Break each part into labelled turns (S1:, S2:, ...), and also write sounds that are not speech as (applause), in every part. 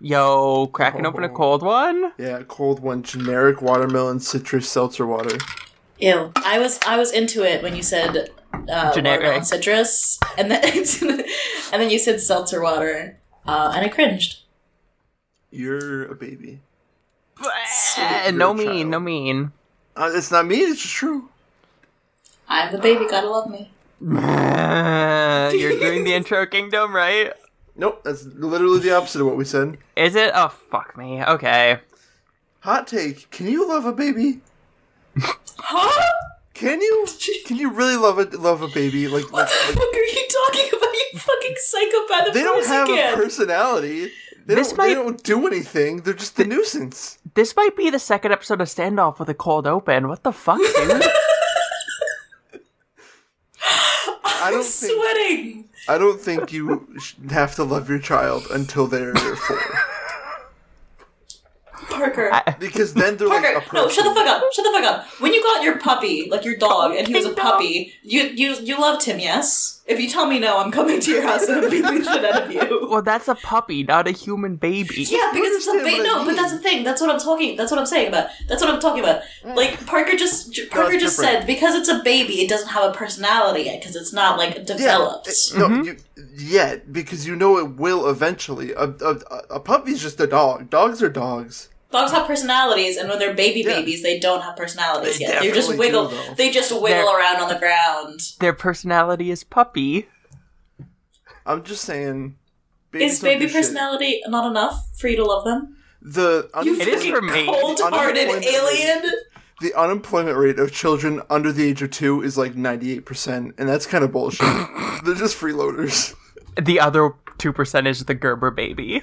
S1: Yo, cracking open a cold one?
S2: Yeah, cold one. Generic watermelon citrus seltzer water.
S3: Ew. I was I was into it when you said uh,
S1: Generic.
S3: watermelon citrus, and then (laughs) and then you said seltzer water, uh, and I cringed.
S2: You're a baby.
S1: Eh, no
S2: You're a
S1: mean,
S2: child.
S1: no mean. (laughs)
S2: Uh, it's not me. It's just true.
S3: I'm the baby. Gotta love me.
S1: Uh, you're doing the intro kingdom, right?
S2: Nope, that's literally the opposite of what we said.
S1: Is it? Oh, fuck me. Okay.
S2: Hot take: Can you love a baby?
S3: Huh? (laughs)
S2: Can you? Can you really love a love a baby? Like,
S3: What (laughs)
S2: like,
S3: the
S2: like,
S3: fuck are you talking about? You fucking psychopath!
S2: they don't have a
S3: again.
S2: personality. They
S1: This
S2: don't,
S1: might-
S2: they don't do anything. They're just a nuisance.
S1: This might be the second episode of Standoff with a cold open. What the fuck, dude?
S2: I
S3: I'm (laughs)
S2: don't think
S3: sweating.
S2: I don't think you sh- have to love your child until they're four,
S3: (laughs) Parker.
S2: because then they're like a
S3: Parker,
S2: person.
S3: no, shut the fuck up. Shut the fuck up. When you got your puppy, like your dog, and he was a puppy, you you you loved him, yes? If you tell me no, I'm coming to your house and I'm beating the shit out of you.
S1: well, that's a puppy, not a human baby.
S3: Yeah, because it's a
S2: understand
S3: baby.
S2: what I
S3: No, but that's the
S2: mean. Mm.
S3: thing. That's what I'm talking. That's what I'm saying about. That's what I'm talking about. Like Parker just J- Parker
S2: it's
S3: just
S2: different.
S3: said because it's a baby, it doesn't have a personality yet because it's not like developed.
S2: Yeah,
S1: Mm-hmm.
S2: no, you, yet because you know it will eventually. A, a, a puppy's just a dog. Dogs are dogs.
S3: Dogs have personalities, and when they're baby
S2: Yeah.
S3: babies, they don't have personalities
S2: They
S3: yet. They just
S2: definitely do,
S3: wiggle.
S2: though.
S3: they just wiggle
S1: They're-
S3: around on the ground.
S1: Their personality is puppy.
S2: I'm just saying.
S3: Is
S2: babies don't
S3: baby
S2: do shit.
S3: personality not enough for you to love them?
S2: The
S3: You
S1: It is
S3: fucking
S1: for me.
S3: cold-hearted
S2: Unemployment
S3: alien.
S2: the unemployment rate of children under the age of two is like 98%, and that's kind
S1: (coughs)
S2: of bullshit. They're just freeloaders.
S1: The other 2% is the Gerber baby.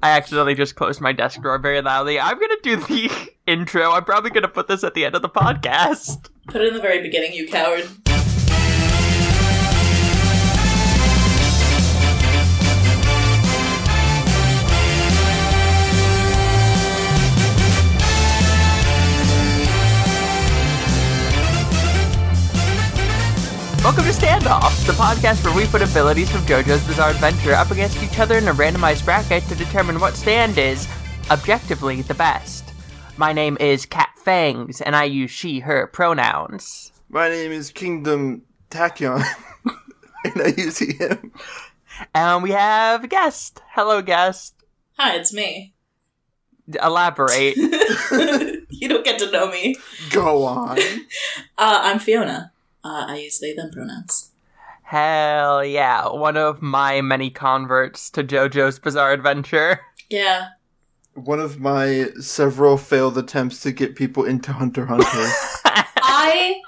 S1: I accidentally just closed my desk drawer very loudly. I'm gonna do the (laughs) intro. I'm probably gonna put this at the end of the podcast.
S3: Put it in the very beginning, you coward.
S1: Welcome to Standoff, the podcast where we put abilities from JoJo's Bizarre Adventure up against each other in a randomized bracket to determine what stand is objectively the best. My name is Cat Fangs, and I use she, her pronouns.
S2: My name is Kingdom Tachyon, (laughs) and I use he, him.
S1: And we have a guest. Hello, guest.
S3: Hi, it's me.
S1: (laughs)
S3: (laughs)
S1: Elaborate.
S3: You don't get to know me.
S2: Go
S3: (laughs)
S2: on.
S3: Uh, I'm Fiona. Uh, I use they them pronouns.
S1: Hell yeah. One of my many converts to JoJo's Bizarre Adventure.
S3: Yeah.
S2: One of my several failed attempts to get people into Hunter x Hunter.
S3: I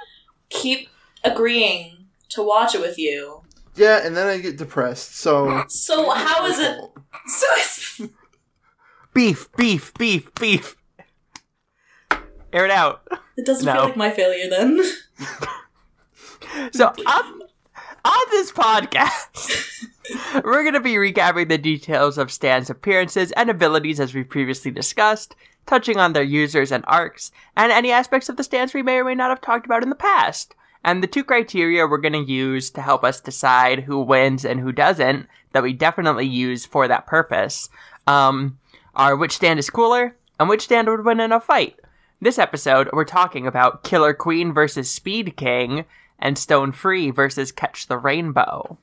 S3: keep agreeing to watch it with you.
S2: yeah, and then I get depressed,
S3: (laughs)
S2: so.
S3: So Oh, how is it? (laughs) So it's,
S1: Beef, beef, beef, beef. Air it out.
S3: it doesn't
S1: No.
S3: feel like my failure then.
S1: So on, on this podcast, we're going to be recapping the details of Stan's appearances and abilities as we previously discussed, touching on their users and arcs, and any aspects of the Stans we may or may not have talked about in the past. And the two criteria we're going to use to help us decide who wins and who doesn't, that we definitely use for that purpose, um, are which stand is cooler and which stand would win in a fight. This episode, we're talking about Killer Queen versus Speed King and Stone Free versus Catch the Rainbow.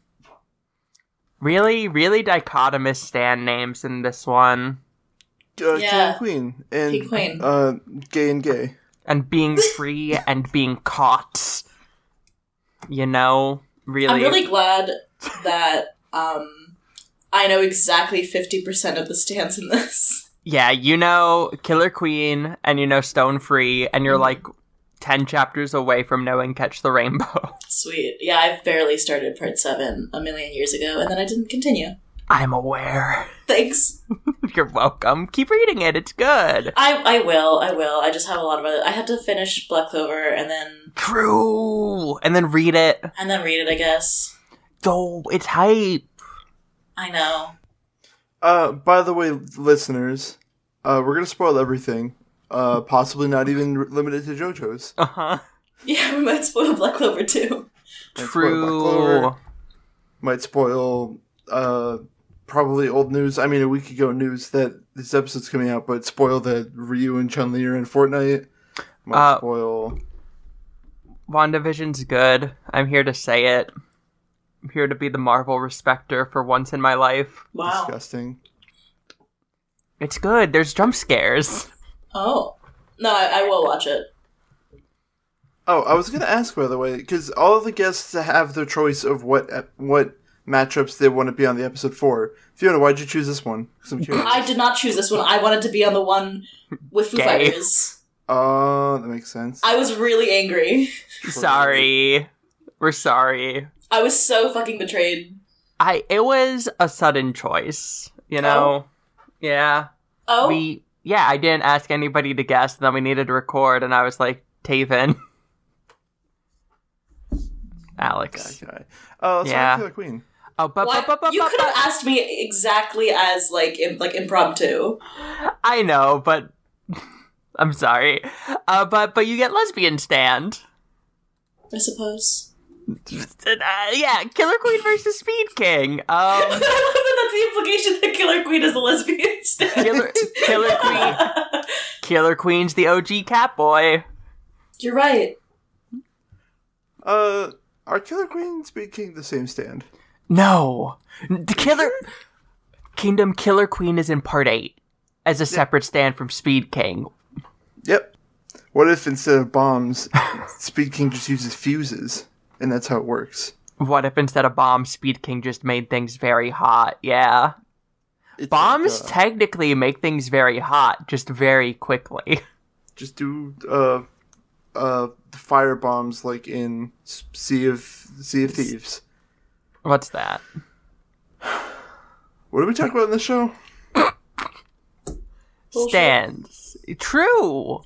S1: Really, really dichotomous stand names in this one.
S2: Uh, King
S3: Yeah.
S2: and Queen. And,
S3: King Queen.
S2: Uh, gay and gay.
S1: And
S3: (laughs)
S1: being free and being caught. You know, really.
S3: I'm really glad that um, I know exactly 50% of the stands in this.
S1: yeah, you know Killer Queen and you know Stone Free, and you're
S3: Mm-hmm.
S1: like 10 chapters away from knowing Catch the Rainbow. (laughs)
S3: Sweet. Yeah, I've barely started part seven a million years ago, and then I didn't continue.
S1: I'm aware. (laughs)
S3: Thanks.
S1: You're welcome. Keep reading it, it's good.
S3: I, I will, I will. I just have a lot of other. I had to finish Black Clover and then
S1: True. And then read it.
S3: and then read it, I guess.
S1: Though it's hype.
S3: I know. (laughs)
S2: Uh, by the way, listeners, uh, we're gonna spoil everything. Uh, possibly not even r- limited to JoJo's.
S1: Uh huh.
S3: Yeah, we might spoil Black Clover too.
S2: Might spoil Black
S1: True.
S2: Clover, might spoil uh, probably old news. I mean, a week ago news that this episode's coming out, but spoil that Ryu and Chun Li are in Fortnite. Might
S1: Uh,
S2: spoil.
S1: WandaVision's good. I'm here to say it. I'm here to be the Marvel respecter for once in my life.
S3: Wow.
S2: Disgusting.
S1: It's good. There's jump scares.
S3: Oh. No, I, I will watch it.
S2: Oh, I was gonna ask by the way, because all of the guests have their choice of what ep- what matchups they want to be on the episode for. Fiona, why'd you choose this one? 'Cause I'm curious.
S3: I did not choose this one. I wanted to be on the one with Foo
S1: Gay.
S3: Fighters.
S2: Uh, that makes sense.
S3: I was really angry.
S1: Sorry. We're sorry.
S3: I was so fucking betrayed.
S1: I it was a sudden choice, you know. Yeah.
S3: Oh,
S1: We yeah, I didn't ask anybody to guess and then we needed to record and I was like, Taven. (laughs) Alex.
S2: That guy. Uh, let's
S1: Yeah.
S2: yeah. the queen.
S1: Oh, but,
S3: Why-
S1: but, but, but,
S3: you
S1: but,
S3: could have asked me exactly as like Im- like impromptu.
S1: but- I know, but (laughs) I'm sorry. Uh, but but you get lesbian stand.
S3: I suppose. (laughs)
S1: Uh, yeah, Killer Queen versus Speed King. Um,
S3: That's the implication that Killer Queen is a lesbian. (laughs)
S1: Killer, Killer Queen. Killer Queen's the OG Catboy.
S3: You're right.
S2: Uh, are Killer Queen and Speed King the same stand?
S1: No, the Killer Kingdom Killer Queen is in part eight as a separate stand from Speed King.
S2: Yep. What if instead of
S1: (laughs)
S2: bombs, Speed King just uses fuses, and that's how it works?
S1: What if instead of bombs, Speed King just made things very hot? Yeah,
S2: It's
S1: bombs
S2: like, uh,
S1: technically make things very hot, just very quickly. (laughs)
S2: just do uh, uh, fire bombs like in S- Sea of Sea of Thieves.
S1: What's that?
S2: What did we talk about in the show?
S3: Bullshit.
S1: Stands. True.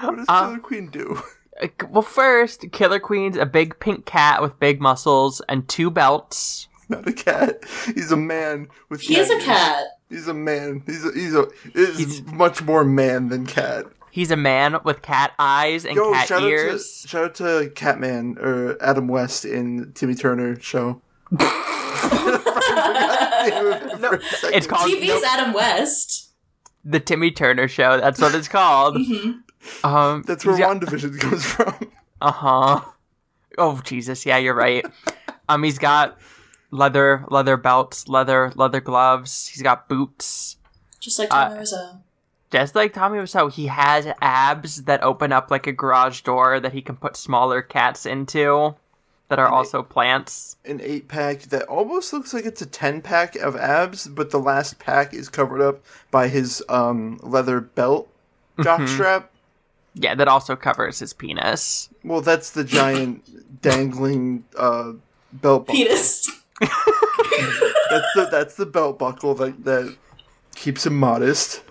S2: What does
S1: Uh,
S2: Killer Queen do? (laughs)
S1: Uh, Well, first, Killer Queen's a big pink cat with big muscles and two belts.
S2: Not a cat. He's a man with.
S3: He is a
S2: cat.
S3: cat.
S2: He's a man. He's a, he's a is
S1: He's-
S2: much more man than cat.
S1: He's a man with cat eyes and
S2: Yo,
S1: cat
S2: shout out
S1: ears.
S2: to shout out to Catman or Adam West in Timmy Turner
S1: (laughs)
S2: show. no,
S1: It's called
S3: TV's Adam West.
S1: the Timmy Turner Show. That's what it's
S2: (laughs)
S1: called.
S3: Mhm.
S1: um,
S2: Mm-hmm. That's where
S1: yeah,
S2: WandaVision comes from. (laughs)
S1: Uh huh. Oh Jesus! Yeah, you're right. um, he's got leather leather belts, leather leather gloves. He's got boots.
S3: Just like
S1: Uh,
S3: Tom Rizzo.
S1: Just like Tommy Wiseau, he has abs that open up like a garage door that he can put smaller cats into, that are
S2: And they-
S1: also plants.
S2: An eight pack that almost looks like it's a ten pack of abs, but the last pack is covered up by his um, leather belt
S1: Mm-hmm.
S2: jock strap.
S1: Yeah, that also covers his penis.
S2: Well, that's the giant dangling uh, belt buckle.
S3: Penis. (laughs)
S2: That's the that's the belt buckle that that keeps him modest.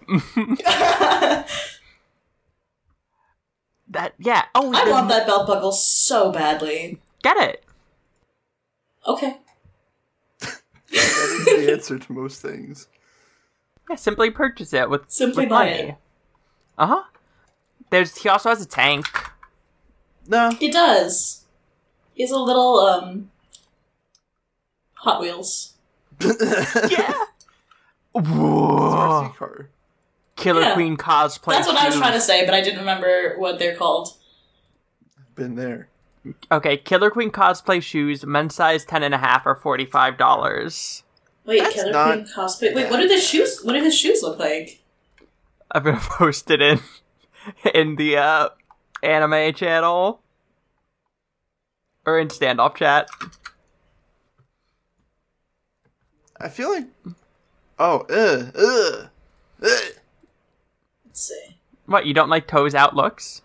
S1: That yeah. Oh,
S3: I
S1: the-
S3: want that belt buckle so badly.
S1: Get it.
S3: Okay.
S2: That is the answer to most things.
S1: Yeah, simply purchase it with
S3: Simply
S1: with
S3: buy
S1: money.
S3: it.
S1: Uh huh. There's he also has a tank. (laughs)
S2: No,
S3: He does. He's a little um Hot Wheels.
S1: Yeah. Whoa.
S2: RC car.
S1: Killer
S3: Yeah.
S1: Queen cosplay.
S3: That's what I was trying to say, but I didn't remember what they're called.
S2: Been there.
S1: Okay, Killer Queen cosplay shoes, men's size ten and a half, are forty five dollars.
S3: Wait,
S2: That's
S3: Killer
S2: not
S3: Queen cosplay. Wait, what are the shoes? What do his shoes look like?
S1: I've been (laughs) posted in in the uh, anime channel or in standoff chat.
S2: I feel like. Oh, ugh, ugh, ugh.
S3: Let's see.
S1: What you don't like toes out looks?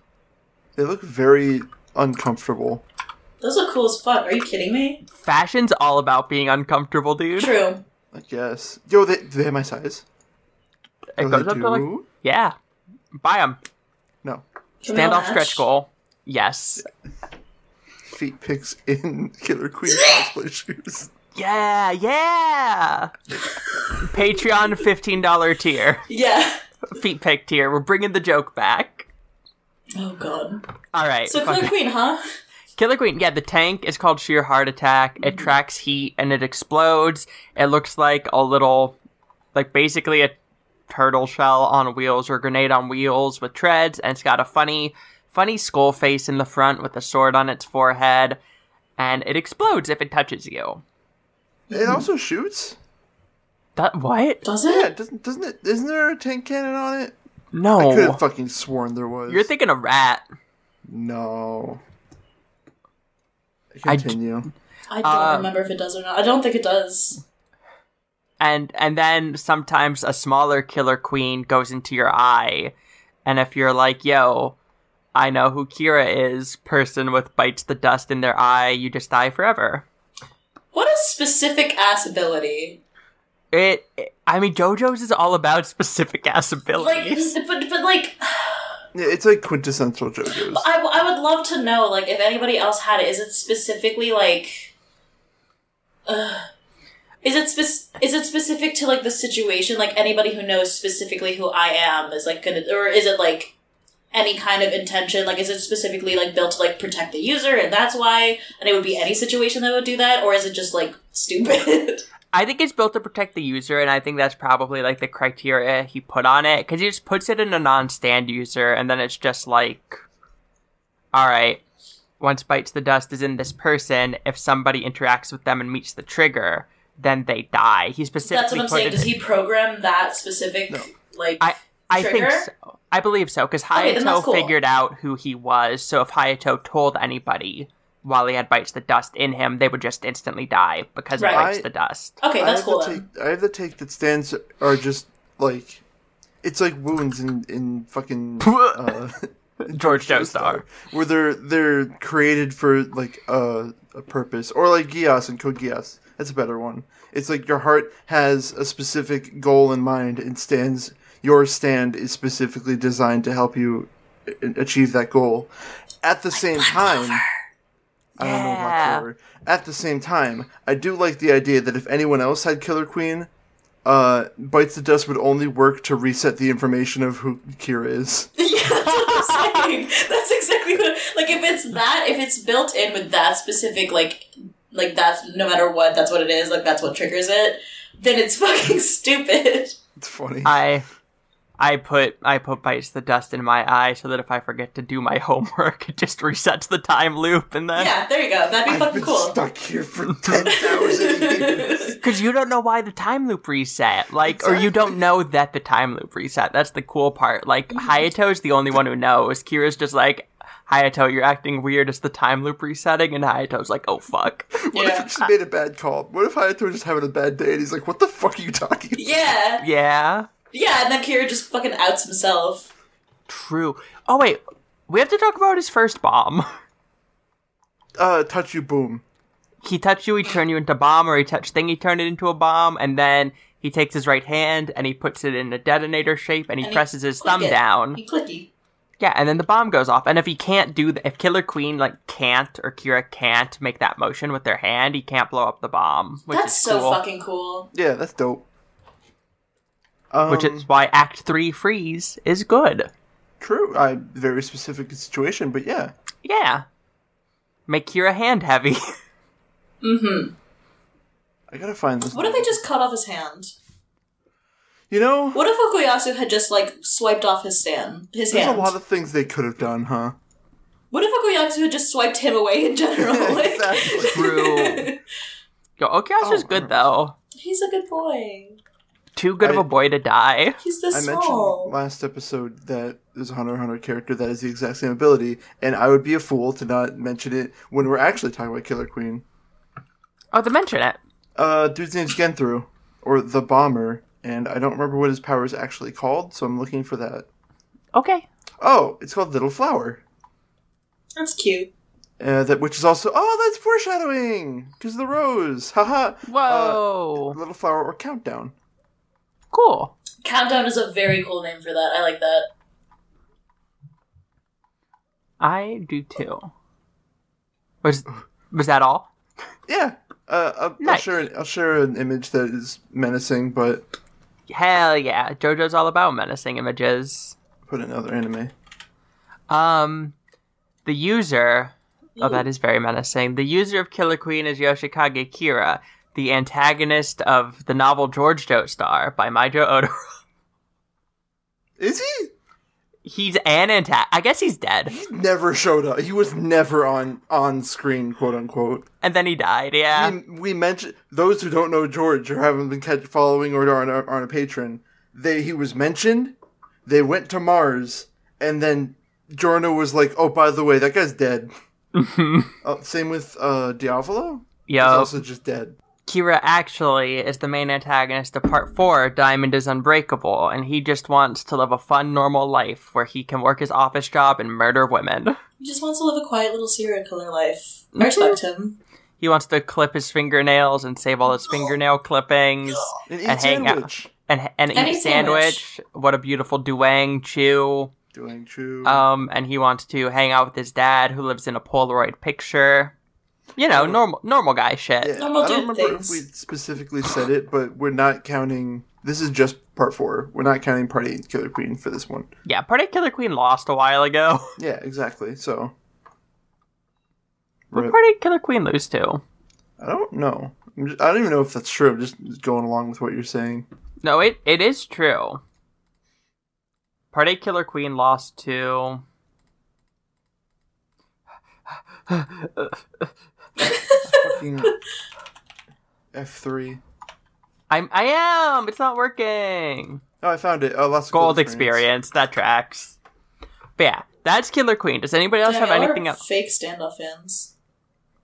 S2: They look very uncomfortable.
S3: Those look cool as fuck. Are you kidding me?
S1: Fashion's all about being uncomfortable, dude.
S3: True.
S2: I guess. Yo, they do they have my size?
S1: It
S2: Oh,
S1: goes
S2: they
S1: up to like
S2: do?
S1: yeah, buy them.
S2: no
S3: Can we all
S1: Standoff
S3: match?
S1: stretch goal. Yes.
S2: feet pics in (laughs) Killer Queen cosplay shoes.
S1: Yeah, yeah. Patreon fifteen dollar tier, (laughs)
S3: Yeah.
S1: feet pick tier. We're bringing the joke back.
S3: Oh god.
S1: All right,
S3: So
S1: fuck
S3: Killer
S1: it.
S3: Queen, huh?
S1: Killer Queen, yeah, the tank is called Sheer Heart Attack. It tracks heat and it explodes. It looks like a little, like basically a turtle shell on wheels or grenade on wheels with treads, and it's got a funny, funny skull face in the front with a sword on its forehead, and it explodes if it touches you.
S2: It also shoots.
S1: That what?
S3: Does
S2: Yeah,
S3: it?
S2: doesn't doesn't it? Isn't there a tank cannon on it? I could
S1: No,
S2: have fucking sworn there was.
S1: you're thinking of rat.
S2: no.
S1: I d-
S2: Continue.
S3: I don't
S1: Uh,
S3: remember if it does or not. I don't think it does.
S1: and and then sometimes a smaller killer queen goes into your eye and if you're like yo i know who kira is person with bites the dust in their eye you just die forever
S3: What a specific ass ability.
S1: it, it- i mean jojo's is all about specific ass
S3: Like,
S1: abilities
S3: but but like,
S2: Yeah, it's like quintessential JoJo's.
S3: I, w- I would love to know like if anybody else had it. Is it specifically like? Ugh. is it spec- is it specific to like the situation? Like anybody who knows specifically who I am is like gonna, or is it like any kind of intention? Like is it specifically like built to like protect the user, and that's why? And it would be any situation that would do that, or is it just like stupid? (laughs)
S1: i think it's built to protect the user and i think that's probably like the criteria he put on it because he just puts it in a non-stand user and then it's just like all right once bites the dust is in this person if somebody interacts with them and meets the trigger then they die he specifically
S3: that's what I'm
S1: put
S3: saying.
S1: it-
S3: Does he program that specific like?
S1: i i think
S3: Trigger?
S1: so i believe so because
S3: Okay, then
S1: hayato
S3: that's cool.
S1: figured out who he was so if hayato told anybody while he had bites the dust in him they would just instantly die because
S3: Right.
S1: of bites
S2: I-
S1: the dust
S3: okay,
S2: I
S3: that's
S2: have
S3: cool.
S2: The
S3: Then.
S2: take, I have the take that stands are just like, it's like wounds in in
S1: (laughs)
S2: fucking uh,
S1: george joestar
S2: where they're they're created for like a a purpose or like Gias and Kogias. That's a better one. It's like your heart has a specific goal in mind and stands. Your stand is specifically designed to help you a- achieve that goal. At the same time. I don't know about
S1: Yeah.
S2: Clover. At the same time, I do like the idea that if anyone else had Killer Queen, uh, Bites the Dust would only work to reset the information of who Kira is.
S3: Yeah, that's what I'm saying. That's exactly what. Like, if it's that, if it's built in with that specific, like, like that's no matter what, that's what it is. Like, that's what triggers it. Then it's (laughs) fucking stupid.
S2: It's funny.
S1: I I put I put bites the dust in my eye so that if I forget to do my (laughs) homework, it just resets the time loop and then
S3: Yeah, there you go. That'd be
S2: I've
S3: fucking
S2: been
S3: cool.
S2: stuck here for
S3: (laughs)
S2: 10,000 years.
S1: because you don't know why the time loop reset, like, or you don't know that the time loop reset. That's the cool part. Like Hayato's the only one who knows. Kira's just like. Hayato, you're acting weird. It's the time loop resetting, and Hayato's like, "Oh fuck."
S2: What if he
S3: yeah.
S2: just made a bad call? What if Hayato was just having a bad day and he's like, what the fuck are you talking about?
S3: Yeah,
S1: Yeah,
S3: yeah, and then Kira just fucking outs himself.
S1: true. Oh wait, we have to talk about his first bomb. (laughs)
S2: Uh, touch you, boom.
S1: he touched you, he turned you into bomb, or he touched thing, he turned it into a bomb, and then he takes his right hand and he puts it in a detonator shape and he
S3: And he
S1: presses his
S3: click
S1: thumb
S3: it.
S1: down.
S3: He clicky.
S1: Yeah, and then the bomb goes off. And if he can't do that, if Killer Queen like can't or Kira can't make that motion with their hand, he can't blow up the bomb. Which
S3: That's
S1: is
S3: so
S1: cool,
S3: fucking cool.
S2: Yeah, that's dope. Um,
S1: Which is why Act Three freeze is good.
S2: true. I very specific situation, but yeah.
S1: Yeah, make Kira hand heavy. (laughs)
S2: I gotta find this.
S3: What if they just cut off his hand?
S2: You know,
S3: What if Okuyasu had just like swiped off his stand, his
S2: there's
S3: hand?
S2: a lot of things they could have done,
S3: (laughs)
S2: huh?
S3: What if Okuyasu had just swiped him away in general?
S2: (laughs)
S3: Like,
S2: exactly.
S1: True. Yo, Okuyasu's
S2: Oh,
S1: good
S2: gross.
S1: though.
S3: He's a good boy.
S1: Too good of
S2: I-
S1: a boy to die.
S3: He's this
S2: I mentioned
S3: small.
S2: last episode that there's a Hunter x Hunter character that has the exact same ability, and I would be a fool to not mention it when we're actually talking about Killer Queen.
S1: Oh, to mention it.
S2: Uh, dude's name's Genthru, or the Bomber, and I don't remember what his power is actually called, so I'm looking for that.
S1: Okay.
S2: Oh, it's called Little Flower,
S3: That's cute.
S2: uh, that which is also oh, that's foreshadowing because of the rose, (laughs) haha. Uh,
S1: Whoa.
S2: Little Flower or Countdown.
S1: cool.
S3: Countdown is a very cool name for that. I like that.
S1: I do too. Was was that all?
S2: Yeah, uh, I'll, I'll
S1: Nice.
S2: share an, I'll share an image that is menacing, but
S1: Hell yeah. JoJo's all about menacing images.
S2: put another anime.
S1: Um the user Oh, that is very menacing. The user of Killer Queen is Yoshikage Kira, the antagonist of the novel George Joestar by Maijo Oda. (laughs)
S2: Is he?
S1: He's an antagonist. I guess he's dead.
S2: He never showed up. He was never on on screen, quote unquote.
S1: And then he died, yeah.
S2: we, we mentioned those who don't know George or haven't been catch, following or aren't, aren't a patron. They he was mentioned. They went to Mars, and then Jorno was like, "Oh, by the way, that guy's dead."
S1: (laughs)
S2: Uh, same with uh, Diavolo. He's
S1: Yo,
S2: also just dead.
S1: Kira actually is the main antagonist of part four, Diamond is Unbreakable, and he just wants to live a fun, normal life where he can work his office job and murder women. (laughs)
S3: He just wants to live a quiet little serial killer life. I respect him.
S1: He wants to clip his fingernails and save all his fingernail clippings
S2: And eat
S1: And hang out.
S2: sandwich.
S1: and and eat
S3: And
S1: a
S3: eat sandwich.
S1: sandwich. What a beautiful duang chew.
S2: Doing true.
S1: Um, and he wants to hang out with his dad, who lives in a Polaroid picture. You know, normal normal guy shit.
S2: Yeah,
S3: Normal
S2: I don't
S3: dude
S2: remember if
S3: things.
S2: we specifically said it, but we're not counting. This is just part four. We're not counting part eight, Killer Queen, for this one.
S1: Yeah, Party Killer Queen lost a while ago. (laughs)
S2: Yeah, exactly. So,
S1: What
S2: Rip.
S1: Party Killer Queen lose to?
S2: I don't know. I'm just, I don't even know if that's true. I'm just going along with what you're saying.
S1: No, it it is true. Party Killer Queen lost to.
S2: Fucking (laughs) F3.
S1: I'm I am. It's not working.
S2: Oh, I found it. Oh, lots of
S1: Gold experience. That tracks. But yeah, that's Killer Queen. Does anybody else
S3: Yeah,
S1: have
S3: y'all are
S1: anything else?
S3: Fake standoff fans.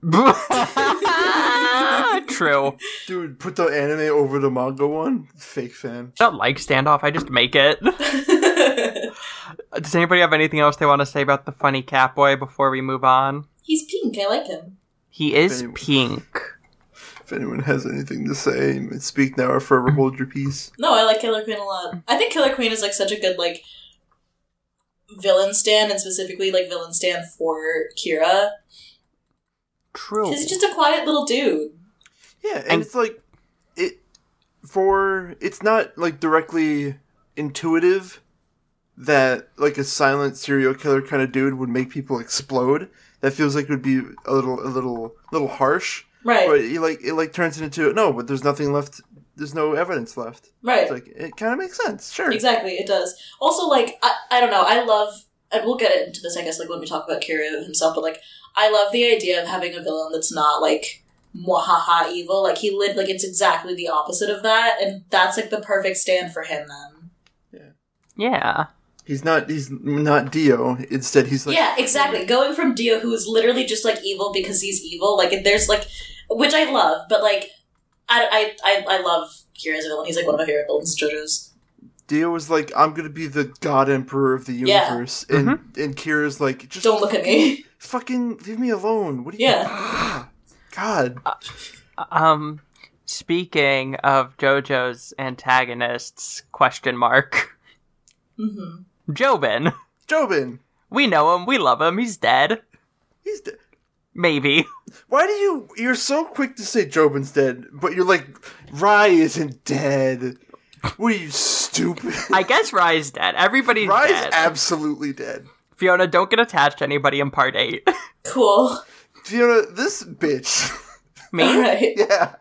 S3: (laughs)
S1: (laughs) true.
S2: Dude, put the anime over the manga one. Fake fan.
S1: I don't like standoff. I just make it. Does anybody have anything else they want to say about the funny catboy before we move on?
S3: He's pink. I like him.
S1: He is
S2: Anyway.
S1: pink.
S2: If anyone has anything to say, speak now or forever hold your peace.
S3: No, I like Killer Queen a lot. I think Killer Queen is like such a good like villain stand, and specifically like villain stand for Kira
S1: True.
S3: because he's just a quiet little dude.
S2: Yeah, and,
S1: And-
S2: it's like it for it's not like directly intuitive that like a silent serial killer kind of dude would make people explode. That feels like it would be a little a little little harsh.
S3: Right.
S2: But it like it like turns into no, but there's nothing left. There's no evidence left.
S3: right.
S2: It's like it kind of makes sense. Sure.
S3: (laughs) Exactly, it does. Also, like I, I don't know, I love, and we'll get into this, I guess, like when we talk about Kiryu himself, but like I love the idea of having a villain that's not like mwahaha evil. Like he lived, like it's exactly the opposite of that, and that's like the perfect stand for him. Then,
S1: yeah.
S2: He's not. He's not Dio. Instead, he's like
S3: yeah, exactly. Going from Dio, who is literally just like evil because he's evil, like it- there's like, which I love, but like I I I, I love Kiryu as a villain. He's like one of my favorite villains in JoJo's.
S2: Dio was like, I'm gonna be the god emperor of the
S3: Yeah.
S2: universe, and and Kira's like, just
S3: Don't look at me.
S2: fucking leave me alone. What are you? Ah,
S3: yeah,
S2: God.
S1: Um. Speaking of JoJo's antagonists, question mark. (laughs)
S3: hmm
S1: Jobin.
S2: Jobin,
S1: We know him. We love him. He's dead.
S2: he's dead.
S1: Maybe.
S2: Why do you? You're so quick to say Jobin's dead, but you're like, Rai isn't dead. What are you stupid?
S1: I guess Rai's dead. Everybody's
S2: Rai's
S1: dead.
S2: absolutely dead.
S1: Fiona, don't get attached to anybody in part eight. (laughs)
S3: cool.
S2: Fiona, this bitch. (laughs)
S3: (laughs) All
S1: Me?
S3: right.
S2: yeah.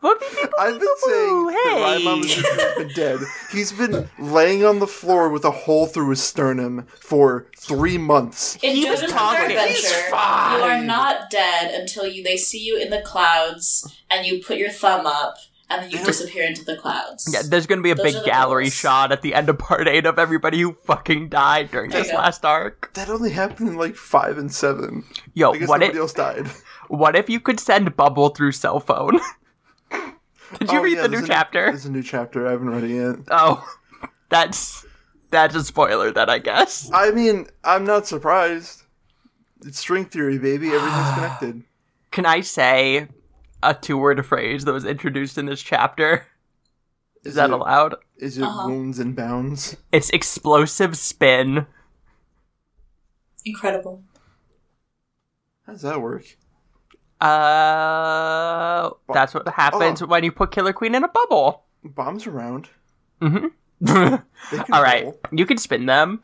S1: What do people
S2: I've been saying
S1: Ooh,
S2: that Ryan Mama's
S1: hey.
S2: has been dead. He's been laying on the floor with a hole through his sternum for three months.
S3: In
S1: He was
S3: JoJo's Bizarre
S1: confident.
S3: Adventure,
S2: He's
S3: you
S2: fine.
S3: are not dead until you they see you in the clouds and you put your thumb up and then you disappear into the clouds.
S1: Yeah, there's gonna be a
S3: Those are
S1: big
S3: the
S1: gallery
S3: goals.
S1: shot at the end of part eight of everybody who fucking died during
S3: There you
S1: this
S3: go.
S1: last arc.
S2: That only happened in like five and seven.
S1: Yo,
S2: I guess
S1: what
S2: nobody
S1: if (laughs)
S2: else died.
S1: what if you could send Bubble through cell phone? (laughs) Did you
S2: Oh,
S1: read
S2: yeah,
S1: the
S2: there's
S1: new
S2: a-
S1: chapter?
S2: There's a new chapter. I haven't read it yet.
S1: Oh, (laughs) that's that's a spoiler then, I guess.
S2: I mean, I'm not surprised. It's string theory, baby.
S1: (sighs)
S2: Everything's connected.
S1: Can I say a two-word phrase that was introduced in this chapter? Is that
S2: it,
S1: allowed?
S2: Is it
S3: Uh-huh.
S2: wounds and bounds?
S1: It's explosive spin.
S3: Incredible.
S2: How does that work?
S1: Uh, that's what happens
S2: Oh.
S1: when you put Killer Queen in a bubble. (laughs)
S2: Bombs around.
S1: All (laughs)
S2: They can
S1: right,
S2: roll.
S1: you can spin them.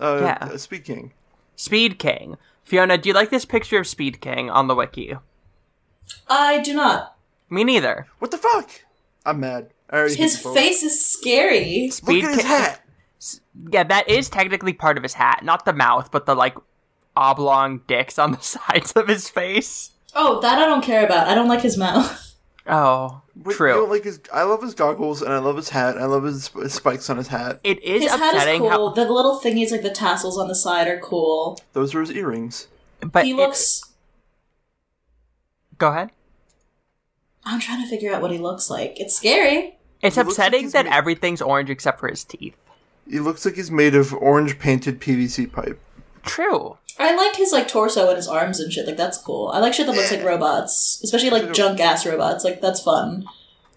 S2: Uh,
S1: Yeah.
S2: Speaking.
S1: Speed King. Fiona, do you like this picture of Speed King on the wiki?
S3: I do not.
S1: Me neither.
S2: What the fuck? I'm mad. I already
S3: His
S2: hit the vote.
S3: face is scary.
S1: Speed
S2: Look at his
S1: Ki-
S2: hat.
S1: Yeah, that is technically part of his hat, not the mouth, but the like oblong dicks on the (laughs) sides of his face.
S3: Oh, that I don't care about. I don't like
S1: (laughs)
S3: his mouth.
S1: Oh,
S2: Wait,
S1: true.
S2: You don't like his. I love his goggles and I love his hat. I love his, sp- his spikes on his hat.
S1: it is
S3: His hat is
S1: upsetting
S3: cool.
S1: how,
S3: The little thingies, like the tassels on the side, are cool.
S2: Those are his earrings.
S1: but
S3: he
S1: it-
S3: looks.
S1: go ahead.
S3: I'm trying to figure out what he looks like. It's scary.
S1: It's
S2: He looks like
S1: upsetting
S2: he's
S1: that
S2: ma-
S1: everything's orange except for his teeth.
S2: He looks like he's made of orange painted PVC pipe.
S1: True.
S3: I like his like torso and his arms and shit. Like that's cool. I like shit that looks like robots, especially like junk ass robots. Like that's fun.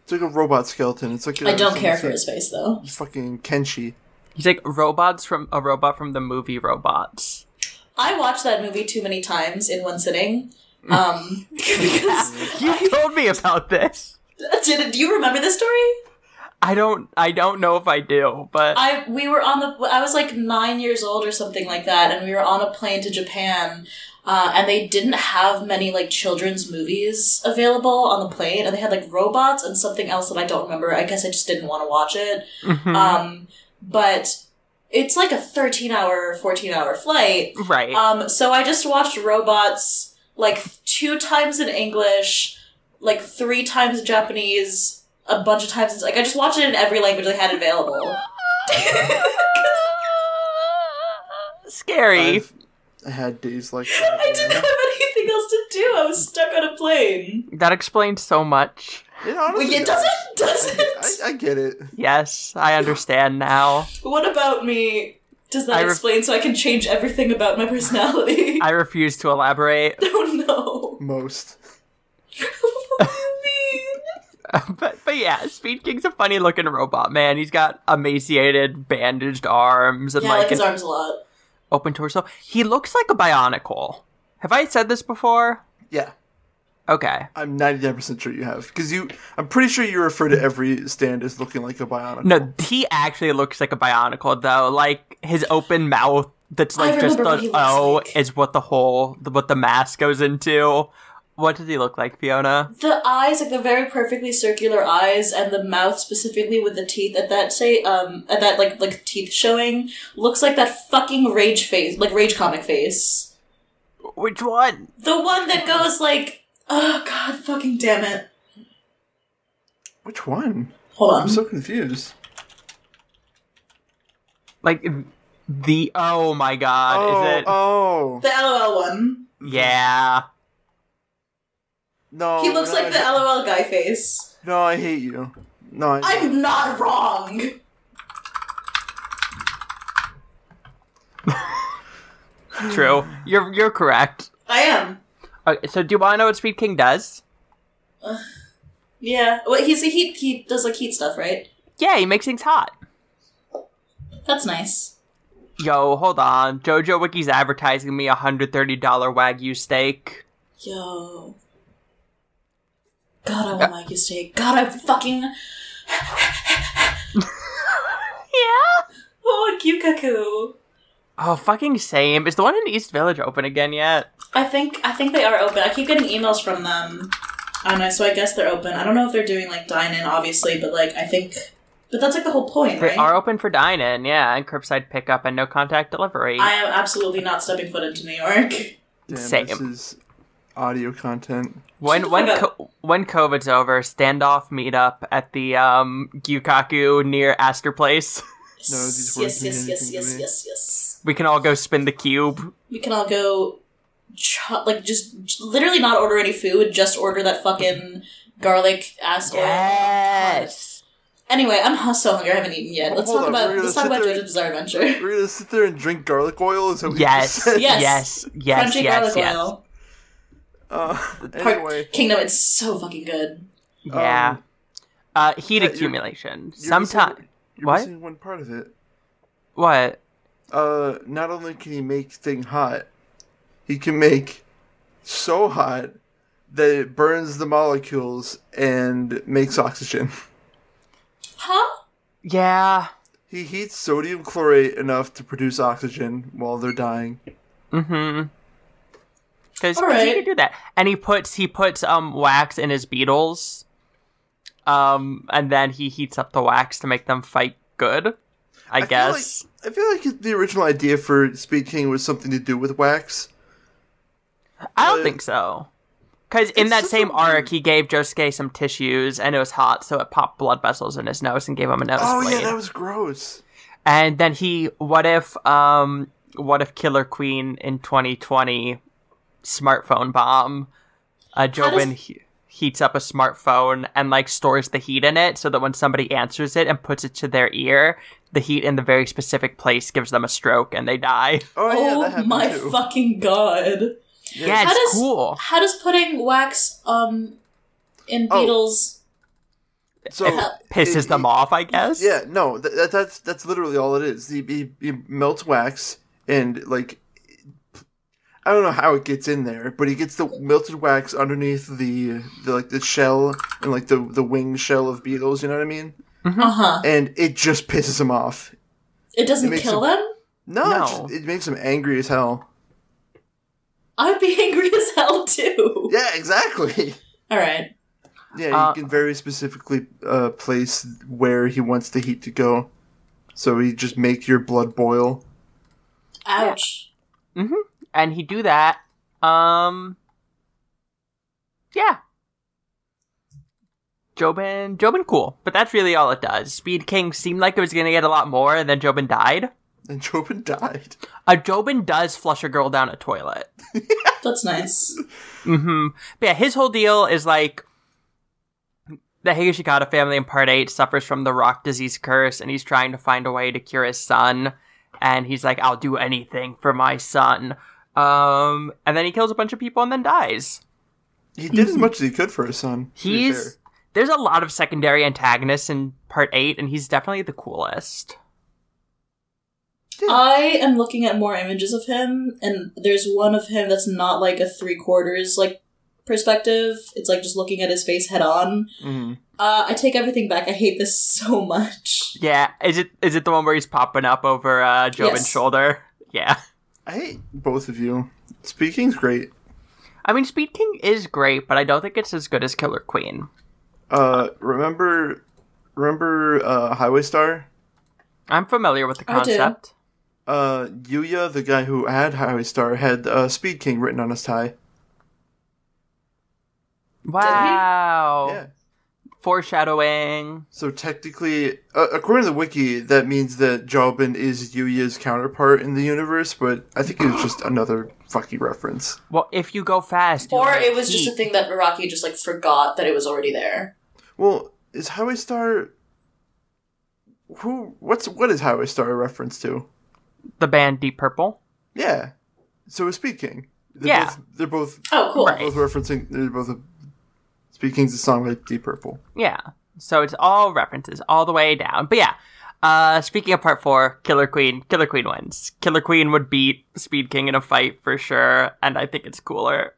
S2: It's like a robot skeleton. It's like I
S3: I don't care for his face though.
S2: fucking Kenshi.
S1: He's like robots from a robot from the movie Robots.
S2: (laughs)
S3: I watched that movie too many times in one sitting. (laughs) Um, because
S1: You told me about this.
S3: did, do you remember this story?
S1: I don't. I don't know if I do, but
S3: I we were on the I was like nine years old or something like that, and we were on a plane to Japan, uh, and they didn't have many like children's movies available on the plane, and they had like robots and something else that I don't remember. I guess I just didn't want to watch it.
S1: Mhm.
S3: Um, but it's like a thirteen hour, fourteen hour flight,
S1: right.
S3: um, so I just watched Robots like two times in English, like three times in Japanese, a bunch of times. In, like I just watched it in every language they had available. (laughs)
S1: Scary.
S2: I've had days like that.
S3: (laughs) I didn't
S2: man.
S3: have anything else to do. I was stuck on a plane.
S1: That explains so much.
S2: It honestly
S3: Wait, it doesn't. Doesn't.
S2: I, I get it.
S1: Yes, I understand now.
S3: (laughs) What about me? Does that
S1: I re-
S3: explain so I can change everything about my personality? (laughs) I
S1: I refuse to elaborate. (laughs)
S3: don't know. (laughs)
S2: Most.
S3: what do you mean?
S1: But but yeah, Speed King's a funny looking robot man. He's got emaciated, bandaged arms and
S3: Yeah, I
S1: like
S3: like his
S1: an
S3: arms a lot.
S1: open torso. He looks like a bionicle. Have I said this before?
S2: Yeah.
S1: Okay.
S2: I'm 99% sure you have. Because you. I'm pretty sure you refer to every stand as looking like a bionic.
S1: No, he actually looks like a bionicle though. Like his open mouth that's
S3: I
S1: like just
S3: remember what he
S1: the
S3: looks
S1: O
S3: like.
S1: is what the whole what the mask goes into. What does he look like, Fiona?
S3: The eyes, like the very perfectly circular eyes, and the mouth specifically with the teeth at that say um at that like like teeth showing looks like that fucking rage face, like rage comic face,
S1: Which one?
S3: the one that goes like, oh god, fucking damn it.
S2: Which one?
S3: Hold
S2: I'm
S3: on,
S2: so confused.
S1: Like the oh my god,
S2: oh,
S1: is it?
S2: oh.
S3: the LOL one.
S1: Yeah.
S2: No.
S3: he looks
S2: no, I-
S3: like the LOL guy face.
S2: No, I hate you. No, I,
S3: I'm not wrong.
S1: True. You're you're correct.
S3: I am.
S1: Okay, so do you want to know what Speed King does?
S3: Yeah. Well, he's a heat. He does like heat stuff, right?
S1: Yeah, he makes things hot.
S3: That's nice.
S1: Yo, hold on. JoJo Wiki's advertising me a hundred thirty dollar wagyu steak.
S3: Yo. God, I want my Wagyu steak. God, I fucking.
S1: Yeah.
S3: Oh, a cute cuckoo.
S1: Oh, fucking same. Is the one in East Village open again yet?
S3: I think I think they are open. I keep getting emails from them. I don't know, so I guess they're open. I don't know if they're doing like dine in, obviously, but like I think, but that's like the whole point,
S1: They
S3: right?
S1: are open for dine-in, yeah, and curbside pickup and no contact delivery.
S3: I am absolutely not stepping foot into New York.
S2: Damn, This
S1: Same.
S2: is audio content.
S1: when
S3: Shut
S1: when
S3: the fuck
S1: co- when COVID's over, standoff meetup at the um Gyukaku near Astor Place.
S2: (laughs)
S1: (laughs)
S2: No, these words
S3: yes,
S2: mean
S3: yes, yes,
S2: anything to
S3: yes,
S2: me.
S3: yes, yes.
S1: We can all go spin the cube.
S3: We can all go, cho- like just j- literally not order any food, just order that fucking garlic ass oil. Anyway, I'm ho- so hungry. I haven't eaten yet.
S2: Well,
S3: Let's
S2: hold
S3: talk
S2: on,
S3: about
S2: we're gonna
S3: let's talk
S2: sit
S3: about
S2: there-
S3: JoJo's Bizarre Adventure.
S2: We're gonna sit there and drink garlic oil. (laughs) Is that what
S1: Yes.
S2: You just said?
S3: Yeah.
S1: Yes. Yes.
S3: Crunchy
S1: yes.
S3: garlic
S1: yes.
S3: oil.
S2: Uh,
S3: Part-
S2: anyway,
S3: Kingdom, it's so fucking good.
S1: Yeah.
S2: Um,
S1: uh, heat
S2: yeah, you're-
S1: accumulation.
S2: you're
S1: Sometimes.
S2: missing- You're
S1: What?
S2: missing one part of it.
S1: What?
S2: Uh, not only can he make thing hot, he can make so hot that it burns the molecules and makes oxygen. (laughs)
S3: Huh?
S1: Yeah.
S2: He heats sodium chlorate enough to produce oxygen while they're dying.
S1: Mm-hmm. because
S3: All
S1: he
S3: right.
S1: can do that. And he puts he puts um wax in his beetles, um, and then he heats up the wax to make them fight good. I,
S2: I feel
S1: guess
S2: I feel like the original idea for Speed King was something to do with wax.
S1: I don't
S2: uh,
S1: think so. Because in
S2: it's
S1: that
S2: such
S1: same
S2: a
S1: arc,
S2: weird-
S1: he gave Josuke some tissues, and it was hot, so it popped blood vessels in his nose and gave him a nosebleed.
S2: Oh yeah, that was gross.
S1: And then he, what if, um, what if Killer Queen in 2020 smartphone bomb? Uh, Jobin he- heats up a smartphone and like stores the heat in it so that when somebody answers it and puts it to their ear, the heat in the very specific place gives them a stroke and they die.
S2: Oh, yeah, that
S3: oh
S2: happened
S3: my
S2: too.
S3: fucking god.
S1: Yeah,
S3: How
S1: it's
S3: does-
S1: cool.
S3: How does putting wax um in
S2: Oh.
S3: beetles
S2: so
S1: Pisses
S2: it-
S1: them
S2: it-
S1: off, I guess.
S2: Yeah, no, th- that, that's that's literally all it is. He, he, he melts wax and like I don't know how it gets in there, but he gets the melted wax underneath the, the like the shell and like the the wing shell of beetles. You know what I mean?
S3: Uh huh.
S2: And it just pisses him off.
S3: It doesn't
S2: It makes
S3: kill
S2: them-
S3: them?
S2: No,
S1: No.
S2: It, just, it makes him angry as hell.
S3: I'd be (laughs) angry as hell too.
S2: Yeah, exactly. (laughs)
S3: All right.
S2: Yeah,
S1: Uh,
S2: he can very specifically uh, place where he wants the heat to go. So he just make your blood boil. (laughs)
S3: Ouch.
S1: And he do that. Um, yeah. Jobin, Jobin, cool, but that's really all it does. Speed King seemed like it was gonna get a lot more, and then Jobin died.
S2: And Jobin died.
S1: Uh, Jobin does flush a girl down a toilet.
S2: (laughs)
S3: That's nice.
S1: Mm-hmm. But yeah, his whole deal is like the Higashikata family in Part 8 suffers from the rock disease curse, and he's trying to find a way to cure his son. And he's like, I'll do anything for my son. Um, and then he kills a bunch of people and then dies.
S2: He did as much as he could for his son. to be fair.
S1: He's there's a lot of secondary antagonists in part eight, and he's definitely the coolest.
S3: I am looking at more images of him, and there's one of him that's not like a three quarters like perspective. It's like just looking at his face head on.
S2: Mhm.
S3: Uh, I take everything back. I hate this (laughs) so much.
S1: Yeah, is it is it the one where he's popping up over uh, Jobin's
S3: Yes.
S1: shoulder? Yeah,
S2: I hate both of you. Speaking's great.
S1: I mean Speed King is great, but I don't think it's as good as Killer Queen.
S2: Uh, remember, remember uh, Highway Star?
S1: I'm familiar with the
S3: I do.
S1: concept.
S2: Uh, Yuya, the guy who had Highway Star, had uh, Speed King written on his tie.
S1: Wow,
S2: Yeah.
S1: foreshadowing.
S2: So technically, uh, according to the wiki, that means that Jobin is Yuya's counterpart in the universe, but I think it was just another fucky reference.
S1: Well, if you go fast, you
S3: Or
S1: might
S3: it was just a
S1: eat.
S3: thing that Rocky just like forgot that it was already there.
S2: Well, is Highway Star? Who? What's what is Highway Star a reference to?
S1: The band Deep Purple.
S2: Yeah. So is Speed King. They're
S1: Yeah.
S2: Both, they're both
S3: Oh, cool.
S1: Right.
S2: both referencing. They're both. A, Speed King's a song by Deep Purple.
S1: Yeah. So it's all references all the way down. But yeah. Uh, speaking of part four, Killer Queen, Killer Queen wins. Killer Queen would beat Speed King in a fight for sure, and I think it's cooler.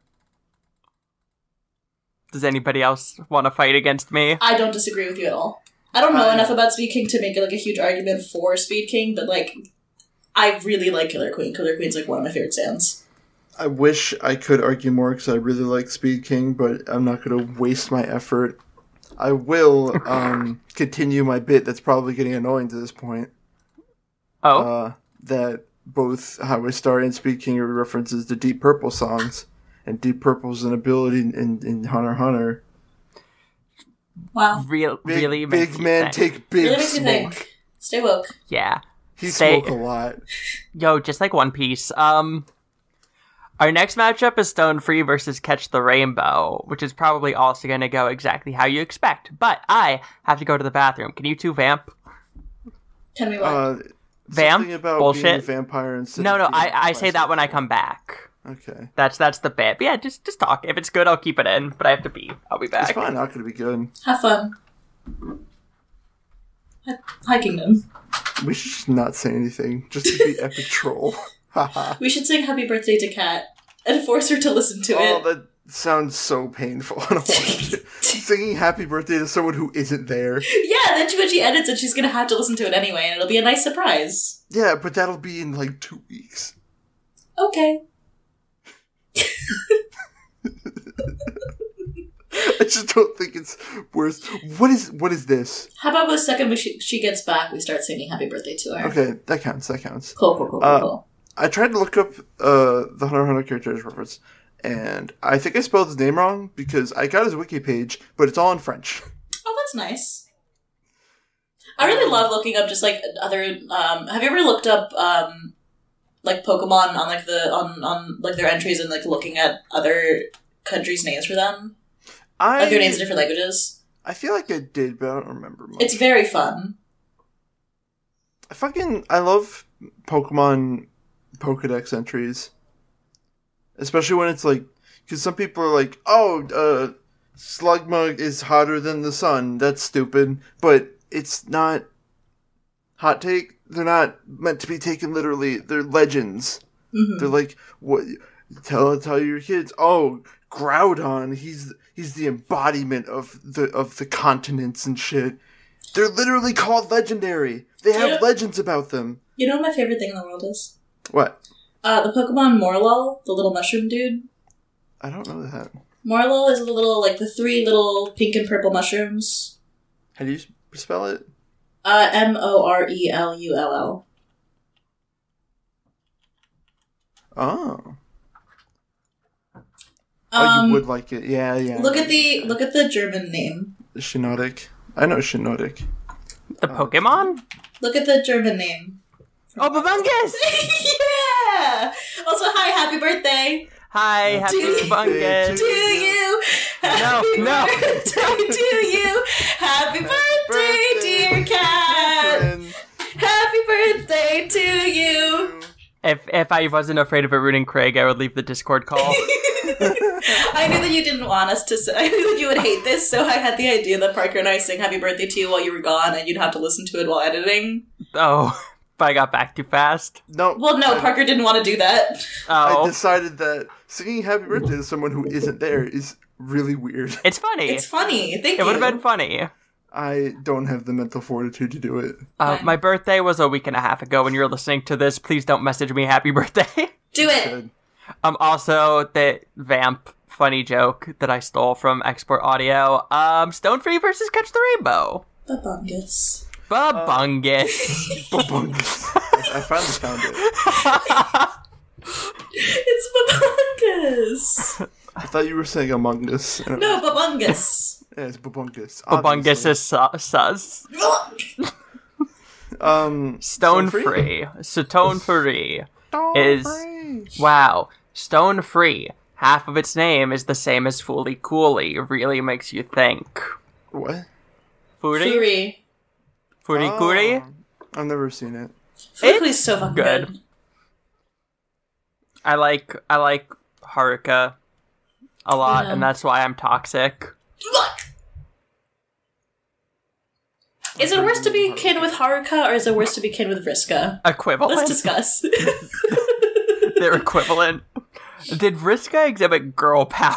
S1: Does anybody else want to fight against me?
S3: I don't disagree with you at all. I don't know
S2: I-
S3: enough about Speed King to make like a huge argument for Speed King, but like, I really like Killer Queen. Killer Queen's like one of my favorite stands.
S2: I wish I could argue more because I really like Speed King, but I'm not going to waste my effort.
S1: (laughs)
S2: I will um, continue my bit that's probably getting annoying to this point.
S1: Oh,
S2: Uh, that both Highway Star and Speed King are references to Deep Purple songs, and Deep Purple's an ability in, in, in Hunter x Hunter.
S3: Wow.
S1: real,
S2: Uh, Big,
S1: really
S2: big
S1: makes you
S2: man
S1: think.
S2: take big
S3: Really makes you
S2: smoke.
S3: think. Stay woke.
S1: Yeah.
S2: He
S1: Say-
S2: smoke a lot.
S1: Yo, just like One Piece. Um, our next matchup is Stone Free versus Catch the Rainbow, which is probably also going to go exactly how you expect. But I have to go to the bathroom. Can you two vamp?
S3: Tell me what.
S2: Uh,
S1: Vamp?
S2: something about being a
S1: Bullshit.
S2: vampire instead.
S1: No,
S2: of
S1: no,
S2: being
S1: I,
S2: a
S1: I say that when I
S2: bisexual.
S1: come back.
S2: Okay,
S1: That's that's the bit. But yeah, just just talk. If it's good, I'll keep it in. But I have to be. I'll be
S2: it's
S1: back.
S2: probably not going to be good.
S3: Have fun. Hi- Hi, Kingdom.
S2: We should just not say anything just to be
S3: (laughs)
S2: epic troll. (laughs) Haha.
S3: We should sing Happy Birthday to Kat and force her to listen to
S2: oh,
S3: it.
S2: that sounds so painful. (laughs) I
S3: (laughs)
S2: don't want to. Singing "Happy Birthday" to someone who isn't there.
S3: yeah, then she, when she edits it, she's gonna have to listen to it anyway, and it'll be a nice surprise.
S2: Yeah, but that'll be in like two weeks.
S3: Okay.
S2: (laughs) I just don't think it's worth. What is what is this?
S3: How about the second we she, she gets back, we start singing happy birthday to her?
S2: Okay, that counts. That counts.
S3: Cool, cool, cool, cool,
S2: Uh,
S3: cool.
S2: I tried to look up uh, the Hunter x Hunter characters reference, and I think I spelled his name wrong because I got his wiki page, but it's all in French.
S3: Oh, that's nice. I
S2: um,
S3: really love looking up just like other. Um, have you ever looked up um, like Pokemon on like the on on like their entries and like looking at other countries' names for them,
S2: I
S3: like their names in different languages?
S2: I feel like I did, but I don't remember much.
S3: It's very fun.
S2: I fucking I love Pokemon Pokedex entries, especially when it's like because some people are like, "Oh, uh, Slugma is hotter than the sun." That's stupid, but it's not. Hot take: They're not meant to be taken literally. They're legends.
S3: hmm
S2: They're like, "What? Tell tell your kids." Oh, Groudon, he's he's the embodiment of the of the continents and shit. They're literally called legendary. They have
S3: Yeah.
S2: legends about them.
S3: You know what my favorite thing in the world is?
S2: What?
S3: Uh, the Pokemon Morlul, the little mushroom dude.
S2: I don't know that.
S3: Morlul is the little like the three little pink and purple mushrooms.
S2: How do you s- spell it?
S3: Uh, M O R E L U L L.
S2: Oh, oh,
S3: Um,
S2: you would like it. Yeah, yeah.
S3: look at the look at the German name.
S2: Shinodic. I know Shinodic.
S1: The Pokemon?
S3: Look at the German name. (laughs)
S1: Oh, Babungus!
S3: yeah. Also, hi, happy birthday
S1: Hi, happy
S3: Dude.
S1: Babungus!
S3: to you. Happy
S1: no.
S3: birthday to you. Happy birthday, dear cat.
S2: Friend,
S3: Happy birthday to you.
S1: If if I wasn't afraid of ruining Craig, I would leave the Discord
S3: (laughs)
S1: call.
S3: I knew that you didn't want us to. s- (laughs) I knew that you would hate this, so I had the idea that Parker and I sing "Happy Birthday" to you while you were gone, and you'd have to listen to it while editing.
S1: oh, but I got back too fast.
S2: No.
S3: Well, no,
S2: I-
S3: Parker didn't want to do that.
S1: Oh,
S2: I decided that singing "Happy Birthday" to someone who isn't there is really weird.
S1: it's funny.
S3: It's funny.
S1: it
S3: Thank you.
S1: would have been funny.
S2: I don't have the mental fortitude to do it.
S1: Uh,
S3: Fine.
S1: my birthday was a week and a half ago. When you're listening to this, please don't message me happy (laughs) birthday.
S3: Do it.
S2: Good.
S1: Um, also the vamp funny joke that I stole from Export Audio. Um, Stone Free versus Catch the Rainbow.
S3: Babungus.
S1: Babungus.
S2: Bungus. I I finally found it.
S3: It's
S1: (laughs)
S3: babungus.
S2: I thought you were saying Among Us. and it-
S1: (laughs)
S3: No, babungus.
S2: Yeah, it's Babungus.
S1: Babungus
S2: obviously.
S1: is su- sus.
S2: um
S1: Stone Free. Stone Free.
S2: Stone
S1: is-
S2: Free.
S1: Wow. Stone Free. Half of its name is the same as Fooly Cooly. Really makes you think.
S2: what?
S1: Footy?
S3: Furi.
S1: Footy Cooly?
S2: Oh, I've never seen it.
S3: Furi's so fucking
S1: good.
S3: good.
S1: I like I like Haruka a lot,
S3: Yeah.
S1: and that's why I'm toxic.
S3: Look. Is it worse to be kin with Haruka or is it worse to be kin with Vriska?
S1: (laughs)
S3: Let's
S1: Equivalent.
S3: discuss. (laughs)
S1: They're equivalent. Did Riska exhibit girl
S2: (laughs)
S1: power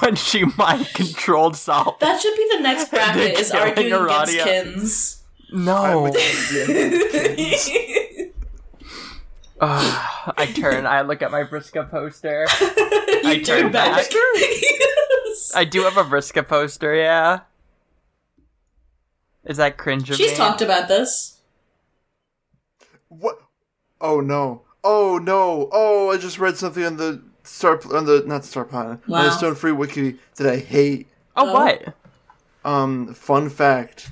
S1: when she mind controlled Sol?
S3: that should be the next bracket is
S1: (laughs) They're killing
S3: arguing against
S1: Aradia. (laughs)
S3: kins.
S2: I
S1: No,
S2: would- Oh,
S3: (laughs)
S2: yeah.
S3: you
S1: Ugh, I turn. I look at my Briska
S3: (laughs)
S1: poster.
S3: I
S1: turned
S3: (laughs)
S1: back.
S3: yes.
S1: I do have a Briska poster. Yeah. Is that cringe of
S3: She's
S1: me?
S3: talked about this.
S2: What? Oh no! Oh no! Oh, I just read something on the star on the not star planet on
S3: Wow.
S2: the Stone Free wiki that I hate.
S1: Oh,
S3: Oh.
S1: what?
S2: Um, fun fact.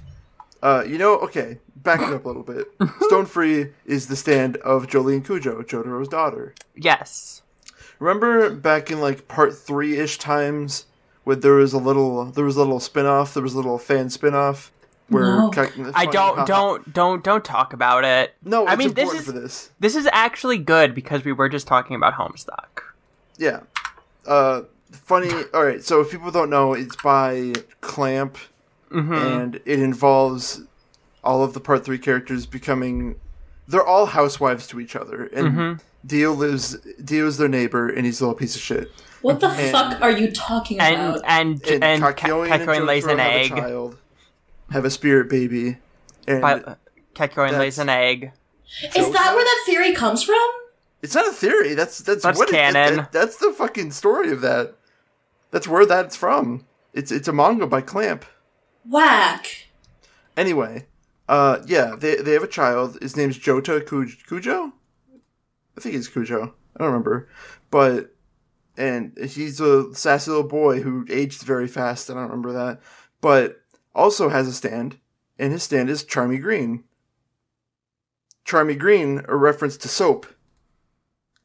S2: Uh, you know, okay, back it up a little
S3: (laughs)
S2: bit. Stone Free is the stand of Jolene Cujo, Jotaro's daughter.
S1: Yes.
S2: Remember back in like part three ish times when there was a little there was a little spin off, there was a little fan spin off where
S3: No.
S2: Ca-
S1: I don't, don't, don't, don't talk about it.
S2: Oh, No, it's
S1: I mean this
S2: important
S1: is
S2: for this.
S1: this is actually good because we were just talking about Homestuck.
S2: Yeah. Uh funny alright, so if people don't know, it's by Clamp
S1: Mm-hmm.
S2: and it involves all of the part three characters becoming they're all housewives to each other and
S1: Mm-hmm.
S2: Dio lives Dio's their neighbor and he's a little piece of shit.
S3: What the fuck are you talking
S1: And
S3: about?
S1: and and,
S2: And,
S1: and Ka-
S2: Uh, Kakyoin and
S1: Kakyoin lays an
S2: Jotaro have a
S1: egg.
S2: child, have a spirit baby. And
S1: But Kakyoin lays
S2: That's-
S1: an egg.
S3: is that where that theory comes from?
S2: It's not a theory. That's that's,
S1: That's
S2: what it- that-
S1: canon.
S2: that- that's the fucking story of that. That's where that's from. It's it's a manga by Clamp.
S3: Whack.
S2: Anyway, uh, yeah, they they have a child. His name's Jota Cuj- Cujo. I think he's Cujo. I don't remember, but and he's a sassy little boy who aged very fast. I don't remember that, but also has a stand, and his stand is Charmy Green. Charmy Green, a reference to soap.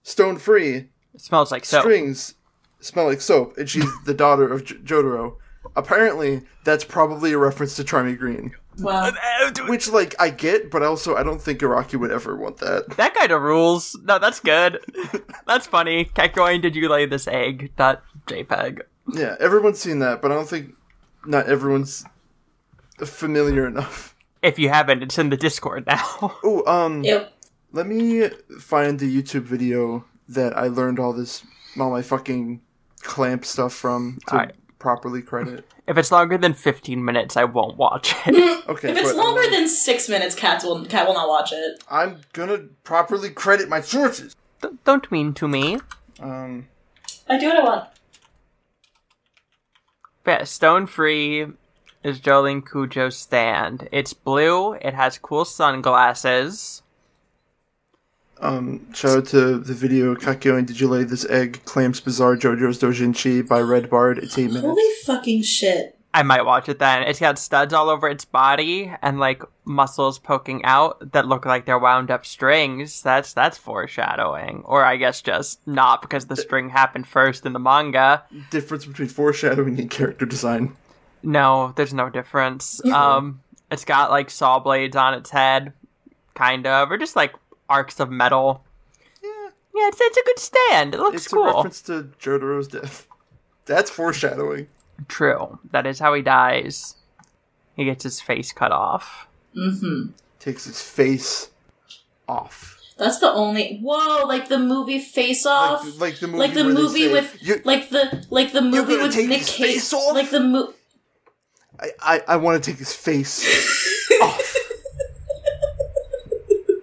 S2: Stone free,
S1: It smells like soap.
S2: strings smell like soap, and she's the daughter of J- Jotaro. Apparently, that's probably a reference to Charmy Green.
S3: Wow.
S2: Uh,
S1: Oh,
S2: Which, like, I get, but also I don't think Iraqi would ever
S1: (laughs)
S2: want that.
S1: That kind of rules. No, that's good.
S2: (laughs)
S1: that's funny. Catcoin, did you lay this egg? Not JPEG.
S2: Yeah, everyone's seen that, but I don't think not everyone's familiar enough.
S1: If you haven't, it's in the Discord now. (laughs)
S2: Oh, um,
S3: Ew.
S2: let me find the YouTube video that I learned all this, all my fucking clamp stuff from to
S1: Alright.
S2: properly credit.
S1: if it's longer than 15 minutes, I won't watch
S2: (laughs)
S1: it.
S2: Okay,
S3: If it's
S2: but um,
S3: longer than six minutes, cats will cat will not watch it.
S2: I'm gonna properly credit my sources.
S1: D- don't mean to me.
S2: Um,
S3: I do what I want.
S1: But yeah, Stone Free is Jolene Cujo's stand. It's blue, it has cool sunglasses.
S2: um, shout out to the video Kakyo and Did You Lay This Egg? Clamps Bizarre JoJo's Dojinshi by Red Bard. It's eight minutes.
S3: Holy fucking shit.
S1: I might watch it then. It's got studs all over its body and like muscles poking out that look like they're wound up strings. That's that's foreshadowing, or I guess just not because the string happened first in the manga.
S2: difference between foreshadowing and character design.
S1: No, there's no difference. Um, it's got like saw blades on its head, kind of, or just like arcs of metal.
S2: Yeah,
S1: Yeah, it's, it's a good stand. It looks
S2: it's
S1: cool.
S2: a reference to Jotaro's death. That's foreshadowing.
S1: True, that is how he dies. He gets his face cut off.
S3: Mm-hmm.
S2: Takes his face off.
S3: That's the only whoa, like the movie Face Off,
S2: Like, like the movie,
S3: like the
S2: where they
S3: movie
S2: say,
S3: with,
S2: "You-
S3: like the like the movie
S2: gonna
S3: with
S2: take
S3: Nick
S2: his
S3: Cage,
S2: face off?
S3: like the mo-
S2: I, I, I want to take his
S3: (laughs)
S2: face off.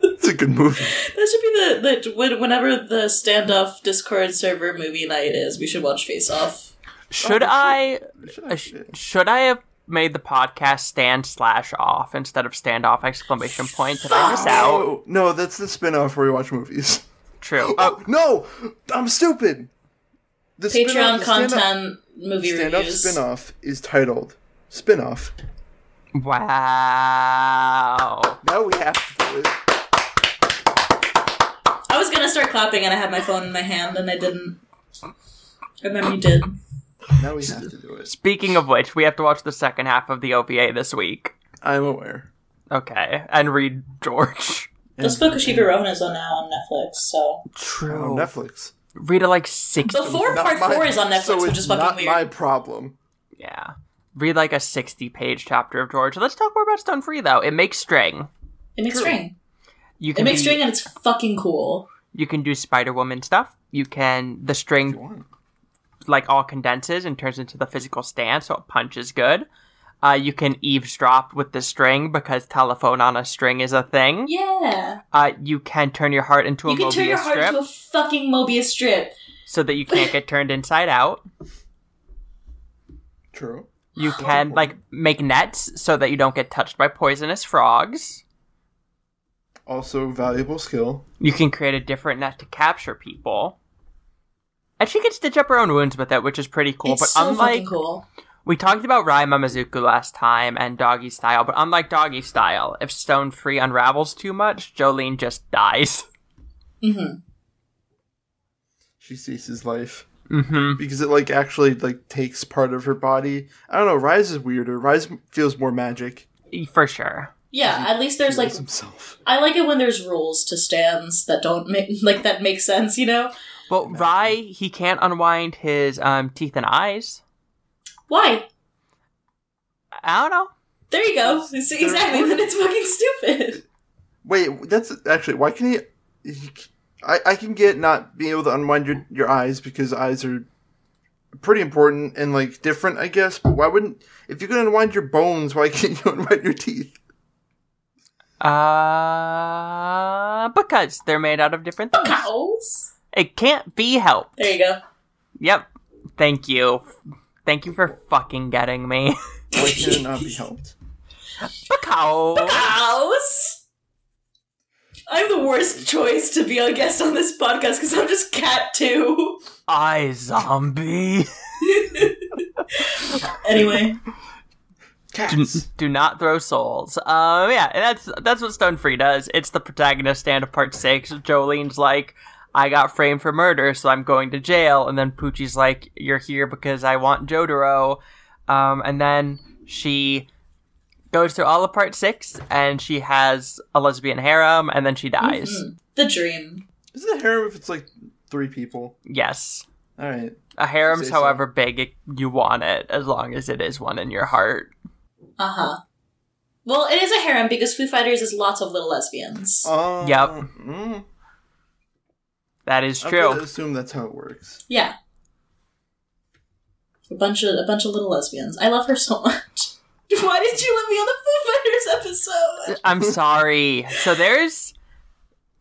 S2: It's a good movie.
S3: That should be the, the when- whenever the standoff Discord server movie night is, we should watch Face Off.
S1: Should I
S2: Should
S1: Uh,
S2: I-
S1: sh- should I have made the podcast stand slash off instead of stand off exclamation point? Did I miss out?
S2: Oh, no, that's the spin-off where we watch movies.
S1: True. Oh,
S2: Oh no, I'm stupid. The spin-off-
S3: Patreon
S2: the stand-up-
S3: content movie
S2: Stand-up
S3: reviews.
S2: spin-off is titled spin-off.
S1: wow.
S2: Now we have to do it.
S3: I was gonna start clapping and I had my phone in my hand and I didn't. And then you did.
S2: Now we have to do it.
S1: Speaking of which, we have to watch the second half of the OVA this week.
S2: I'm aware.
S1: Okay, and read George.
S3: This book of Shiba Rohan is on now on Netflix, so
S2: On
S1: True.
S2: Netflix.
S1: Read it like sixty.
S3: before
S2: Not
S3: part
S2: my-
S3: four is on Netflix,
S2: so
S3: which
S2: it's
S3: is fucking
S2: not
S3: weird.
S2: my problem.
S1: Yeah. Read like a sixty-page chapter of George. Let's talk more about Stone Free though. It makes string.
S3: It makes string.
S1: You can
S3: It makes
S1: be-
S3: string and it's fucking cool.
S1: You can do Spider Woman stuff. You can the string like all condenses and turns into the physical stand, so it punches good. Uh, you can eavesdrop with the string because telephone on a string is a thing.
S3: Yeah.
S1: Uh, you can turn your heart into a
S3: You can
S1: Mobius
S3: turn your heart
S1: strip
S3: into a fucking Mobius strip.
S1: so that you can't get turned inside out.
S2: True.
S3: (laughs)
S1: You can like make nets so that you don't get touched by poisonous frogs.
S2: Also valuable skill.
S1: You can create a different net to capture people. And she can stitch up her own wounds with it, which is pretty cool.
S3: it's
S1: but
S3: so
S1: unlike
S3: fucking cool.
S1: We talked about Rai Mamazuku last time and Doggy Style, but unlike Doggy Style, if Stone Free unravels too much, Jolene just dies. (laughs)
S3: Mm-hmm.
S2: She ceases life
S1: Mm-hmm.
S2: because it like actually like takes part of her body. I don't know. Rise is weirder. Rise feels more magic.
S1: For sure.
S3: Yeah, at least
S2: He
S3: there's like
S2: is himself.
S3: I like it when there's rules to stands that don't make (laughs) like that make sense, you know?
S1: Well, Rai, he can't unwind his um, teeth and eyes.
S3: Why?
S1: I don't know.
S3: There you go. It's- exactly. (laughs) Then it's fucking stupid.
S2: Wait, that's actually why can he? he I I can get not being able to unwind your your eyes because eyes are pretty important and like different, I (laughs) guess. But why wouldn't if you could unwind your bones? Why can't you unwind your teeth?
S1: Uh, because they're made out of different things.
S3: Cows?
S1: It can't be helped.
S3: There you go.
S1: Yep. Thank you. Thank you for fucking getting me. (laughs)
S2: Why can it not be helped?
S1: Because.
S3: Cows? I'm the worst choice to be a guest on this podcast because I'm just cat too.
S1: I zombie.
S3: Anyway.
S1: do,
S2: (laughs) Cats.
S1: do not throw souls. Um, yeah, and that's that's what Stone Free does. It's the protagonist stand of part six. Jolene's like, I got framed for murder, so I'm going to jail. And then Poochie's like, You're here because I want Jotaro. Um, and then she goes through all of part six, and she has a lesbian harem, and then she dies.
S3: Mhm. The dream.
S2: Is it a harem if it's like three people?
S1: Yes.
S2: All right.
S1: A harem's
S2: Say so.
S1: however big it, you want it, as long as it is one in your heart.
S3: Uh huh. Well, it is a harem because Foo Fighters is lots of little lesbians.
S2: Um,
S1: Yep.
S2: Mm,
S1: That is
S2: I'm
S1: true.
S2: gonna assume that's how it works.
S3: yeah. A bunch of a bunch of little lesbians. I love her so much. (laughs) Why did you let me on the Foo Fighters episode? (laughs)
S1: I'm sorry. So there's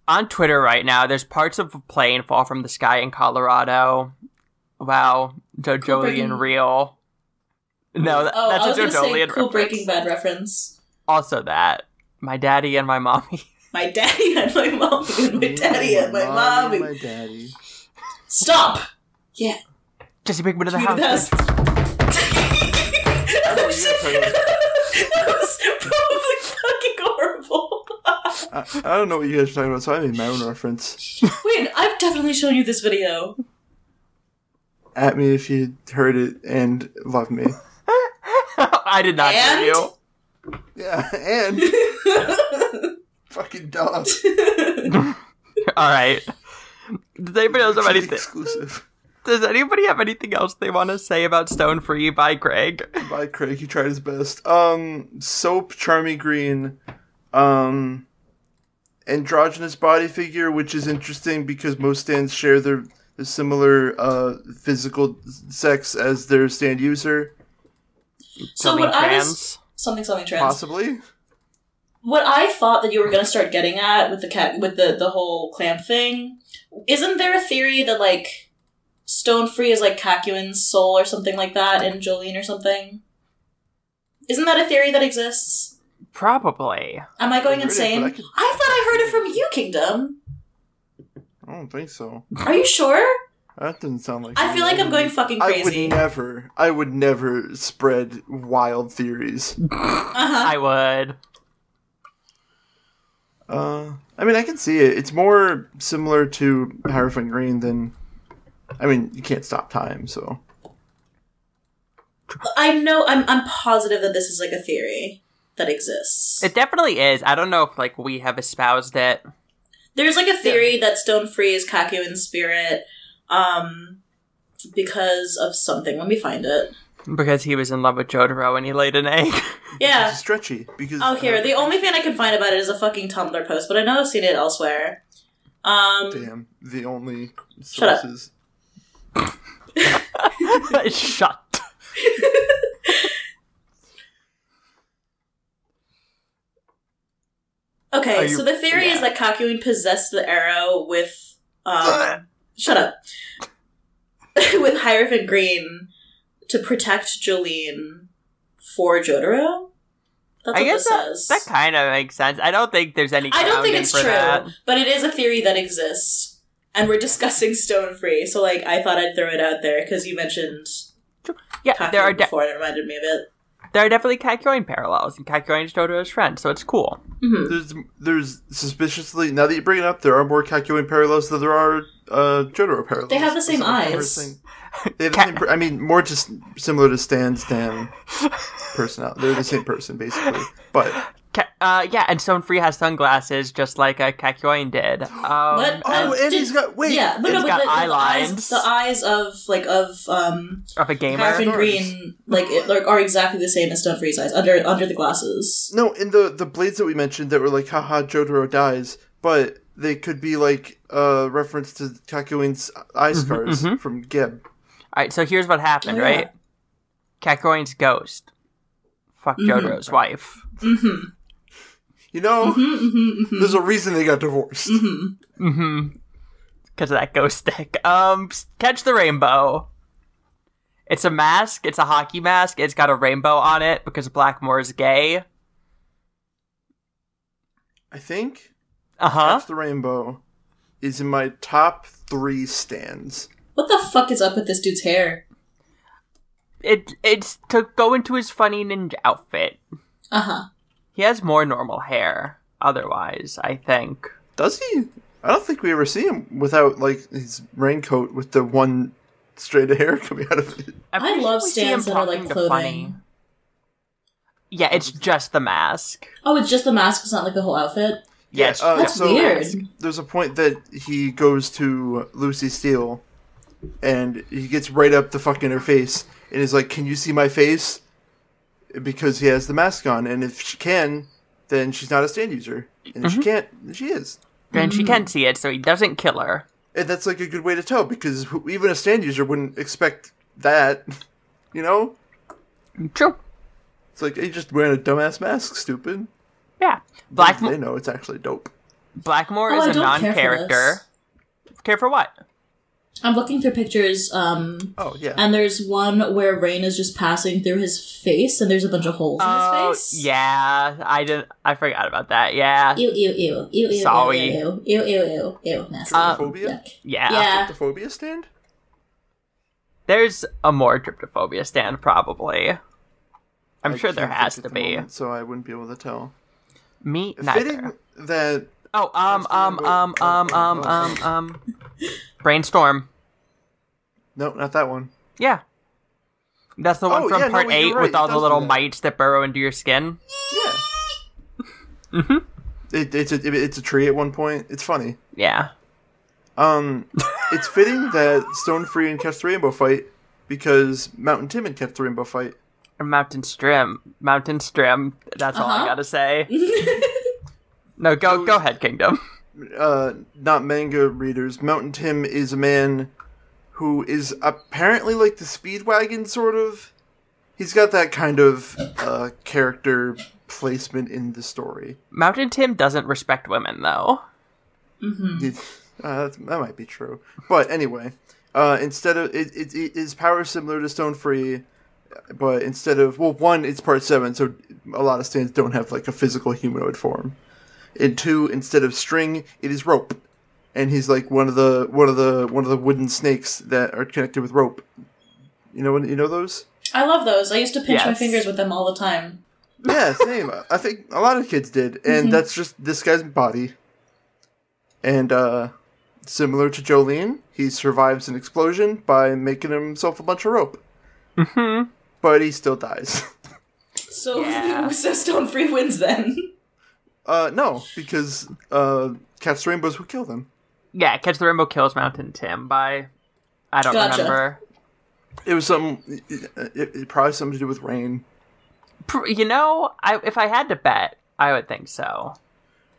S1: on Twitter right now. There's parts of a plane fall from the sky in Colorado. Wow,
S3: Breaking-
S1: JoJolian real. No, that,
S3: Oh,
S1: that's
S3: I
S1: a
S3: was gonna say
S1: JoJolian
S3: cool
S1: reference.
S3: Breaking Bad reference.
S1: Also, that my daddy and my mommy. (laughs)
S3: My daddy (laughs) and my mom and (laughs) my daddy and my
S2: mommy
S3: mommy.
S2: and My daddy.
S3: Stop! Yeah,
S1: Jesse Pinkman to the
S3: you the
S1: house.
S3: best. (laughs) that was probably fucking horrible. (laughs)
S2: I, I don't know what you guys are talking about, so I made my own reference.
S3: Wait, I've definitely shown you this video.
S2: At me if you heard it and love
S3: (laughs)
S2: me.
S1: (laughs) I did not
S3: And?
S1: hear you.
S2: Yeah,
S3: (laughs)
S2: and fucking dog.
S1: All right. Does anybody else have anything?
S2: Exclusive.
S1: Does anybody have anything else they want to say about Stone Free by Craig?
S2: By Craig, he tried his best. Um, soap, Charmy Green, um, androgynous body figure, which is interesting because most stands share their, their similar uh, physical sex as their stand user.
S3: so
S1: Something
S3: what I was
S1: trans?
S3: something something trans.
S2: Possibly.
S3: What I thought that you were gonna start getting at with the cat with the the whole clamp thing, isn't there a theory that like Stone Free is like Kakuin's soul or something like that, and Jolene or something? Isn't that a theory that exists?
S1: Probably.
S3: Am I going
S2: I heard it,
S3: insane?
S2: but
S3: I
S2: I
S3: thought
S2: could-
S3: I heard it from you, Kingdom.
S2: I don't think so.
S3: Are you sure?
S2: That doesn't sound like.
S3: I feel like I'm going fucking
S2: I would
S3: crazy. Uh
S2: never. I would never spread wild theories.
S3: huh.
S1: I would.
S2: Uh, I mean, I can see it. It's more similar to Hierophant Green than. I mean, you can't stop time, so.
S3: I know. I'm I'm positive that this is like a theory that exists.
S1: It definitely is. I don't know if like we have espoused it.
S3: There's like a theory that Stone Free is Kakuin's spirit, um, because of something. Let me find it.
S1: Because he was in love with Jotaro and he laid an egg. (laughs)
S3: Yeah.
S2: It's stretchy because.
S3: Oh, here.
S2: uh,
S3: The only thing I can find about it is a fucking Tumblr post, but I know I've seen it elsewhere. Um,
S2: Damn, the only
S3: Shut up.
S2: sources.
S1: Shut.
S3: Okay,
S1: Are you-
S3: so the theory is that Kakuin possessed the arrow with um, shut up (laughs) with Hierophant Green to protect Jolene for Jotaro. That's
S1: I
S3: what
S1: guess
S3: this
S1: that,
S3: says.
S1: that kind of makes sense. I don't think there's any.
S3: I don't think
S1: grounding
S3: it's
S1: for
S3: true,
S1: that.
S3: but it is a theory that exists, and we're (laughs) discussing Stone Free. So, like, I thought I'd throw it out there because you mentioned
S1: Yeah,
S3: Kakuin
S1: there are de-
S3: before, and it reminded me of it.
S1: there are definitely Kakyoin parallels, and Kakyoin is Jotaro's friend, so it's cool.
S3: hmm
S2: There's, there's suspiciously. Now that you bring it up, there are more Kakyoin parallels than there are uh, Jotaro parallels.
S3: They have the same
S2: That's not the
S3: eyes.
S2: first thing. (laughs) They have the
S1: Cat-
S2: same. Per- I mean, more just similar to Stan's damn personality. They're the same person basically, but.
S1: Ka- uh, yeah, and Stone Free has sunglasses just like uh, Kakyoin did. Um, (laughs)
S3: What?
S2: Oh,
S3: (laughs) Uh,
S2: and he's
S3: did-
S2: got wait.
S3: yeah, but no,
S1: it's
S3: but
S1: got
S3: the,
S1: eye
S3: the eyes-
S1: lines.
S3: the eyes of like of um,
S1: Of a gamer.
S3: Paraffin
S2: Sure.
S3: green, like it, like are exactly the same as Stone Freeze eyes under under the glasses.
S2: No, in the the blades that we mentioned that were like, haha, Jotaro dies, but they could be like a reference to Kakyoin's eye scars from Geb.
S1: All right, so here's what happened,
S3: Oh, yeah.
S1: right? Kakyoin's ghost fucked
S3: Mhm.
S1: Jotaro's wife.
S3: Mm-hmm.
S2: You know,
S3: Mhm, mhm,
S2: there's a reason they got divorced.
S3: mhm.
S1: Mm-hmm. Because of that ghost stick. Um, catch the rainbow. It's a mask. It's a hockey mask. It's got a rainbow on it because Blackmore is gay.
S2: I think
S1: Uh huh.
S3: Uh-huh.
S2: Catch the Rainbow is in my top three stands.
S3: What the fuck is up with this dude's hair?
S1: It it's to go into his funny ninja outfit.
S3: Uh huh.
S1: He has more normal hair. Otherwise, I think.
S2: Does he? I don't think we ever see him without like his raincoat with the one straight of hair (laughs) coming out of it.
S1: I'm
S3: I
S1: pretty
S3: love
S1: sure we see him
S3: stands that are like
S1: talking to Funny.
S3: clothing.
S1: Yeah, it's just the mask.
S3: Oh, it's just the mask. It's not like the whole outfit.
S1: Yes,
S2: Uh,
S3: That's
S2: so-
S3: weird.
S2: There's a point that he goes to Lucy Steele, and he gets right up to fucking her face, and is like, "Can you see my face?" Because he has the mask on, and if she can, then she's not a stand user, and if she can't, then she is.
S1: and she can see it, so he doesn't kill her.
S2: And that's like a good way to tell because who- even a stand user wouldn't expect that, (laughs) you know?
S1: True.
S2: It's like, hey, just wearing a dumbass mask, stupid.
S1: Yeah.
S2: They
S1: Blackmore.
S2: know it's actually dope.
S1: Blackmore
S3: Oh, I
S1: is a
S3: don't care for
S1: non-character. Care for, what?
S3: I'm looking through pictures, um,
S2: Oh, yeah.
S3: and there's one where rain is just passing through his face, and there's a bunch of holes in
S1: Oh,
S3: his face.
S1: yeah. I didn't. I forgot about that. Yeah.
S3: Ew, ew, ew, ew, ew,
S1: Sorry.
S3: ew, ew, ew, ew, ew, ew, nasty.
S1: Uh,
S2: Phobia?
S3: Yuck.
S1: yeah.
S3: yeah.
S2: the phobia stand?
S1: There's a more tryptophobia stand probably. I'm
S2: I
S1: sure there
S2: can't
S1: has
S2: think
S1: to
S2: at the
S1: be.
S2: moment, so I wouldn't be able to tell.
S1: Me neither.
S2: Fitting that.
S1: Oh, um,
S2: Let's
S1: um,
S2: remember-
S1: um, um, um, um, um. Brainstorm.
S2: No, not that one.
S1: Yeah. That's the one
S2: Oh,
S1: from
S2: yeah, no,
S1: part
S2: you're
S1: 8
S2: right,
S1: with
S2: it
S1: all the
S2: does do
S1: little
S2: that.
S1: mites that burrow into your skin.
S2: Yeah.
S1: Mm-hmm.
S2: It, it's, a, it- it's a tree at one point. It's funny.
S1: Yeah.
S2: Um, it's fitting that Stone Free and Catch the Rainbow fight because Mountain Tim and Catch the Rainbow fight.
S1: Or Mountain Strim. Mountain Strim. That's all I
S3: Uh-huh.
S1: gotta
S3: (laughs)
S1: say. no, go go ahead, Kingdom.
S2: uh, not manga readers, Mountain Tim is a man who is apparently like the Speedwagon sort of. He's got that kind of uh, character placement in the story.
S1: Mountain Tim doesn't respect women though.
S2: (laughs) He- Uh, that's- that might be true, but anyway, uh, instead of it, it, it, his power is similar to Stone Free, but instead of well, one, it's part seven, so a lot of stands don't have like a physical humanoid form. And two, instead of string, it is rope, and he's like one of the one of the one of the wooden snakes that are connected with rope. You know, you know those.
S3: I love those. I used to pinch my
S1: Yes.
S3: fingers with them all the time.
S2: Yeah, same. I think a lot of kids did, and that's just this guy's body. And uh, similar to Jolene, he survives an explosion by making himself a bunch of rope,
S1: Mm-hmm.
S2: but he still dies. (laughs)
S3: So,
S1: Yeah.
S3: (laughs) so Stone Free wins then.
S2: Uh, no, because uh, Cat's Rainbows would kill them.
S1: Yeah, Catch the Rainbow kills Mountain Tim by I don't
S3: Gotcha.
S1: remember.
S2: It was something. It, it, it probably something to do with rain.
S1: Pr- You know, I if I had to bet, I would think so.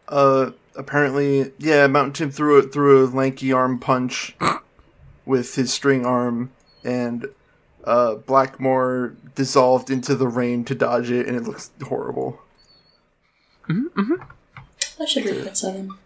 S2: Uh, apparently, yeah, Mountain Tim threw it through a lanky arm punch with his string arm, and uh, Blackmore dissolved into the rain to dodge it, and it looks horrible.
S3: I should read that seven.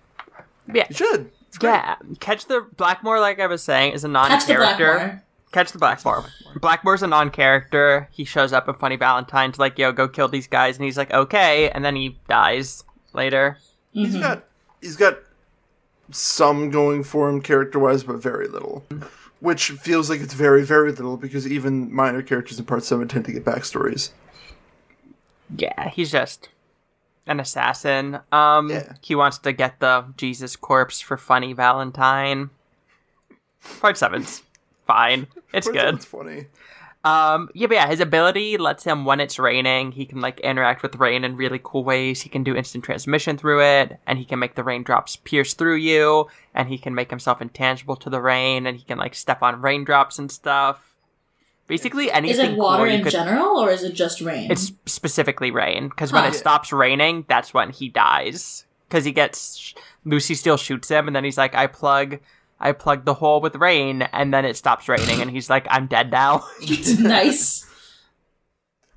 S2: It should. It's great.
S1: Yeah, Catch the Blackmore, like I was saying, is a
S3: Catch the black
S1: non-character.
S3: bar.
S1: Catch the Blackmore. Blackmore's a non-character. He shows up in Funny Valentine's, like, "Yo, go kill these guys," and he's like, "Okay," and then he dies later.
S2: He's got he's got some going for him character wise, but very little. Which feels like it's very, very little because even minor characters in part seven tend to get backstories.
S1: Yeah, he's just an assassin. Um,
S2: Yeah.
S1: he wants to get the Jesus corpse for Funny Valentine. Part seven's fine. It's
S2: Part
S1: good.
S2: seven's funny.
S1: Um, yeah, but yeah, his ability lets him when it's raining, he can like interact with rain in really cool ways. He can do instant transmission through it, and he can make the raindrops pierce through you, and he can make himself intangible to the rain, and he can like step on raindrops and stuff. Basically,
S3: Is
S1: anything.
S3: it water
S1: cool you
S3: in
S1: could-
S3: general, or is it just rain?
S1: It's (laughs) specifically rain because when
S3: Huh.
S1: it stops raining, that's when he dies because he gets Lucy Steele shoots him, and then he's like, "I plug." I plug the hole with rain, and then it stops raining, and he's like, "I'm dead now."
S3: (laughs)
S1: (laughs)
S3: nice.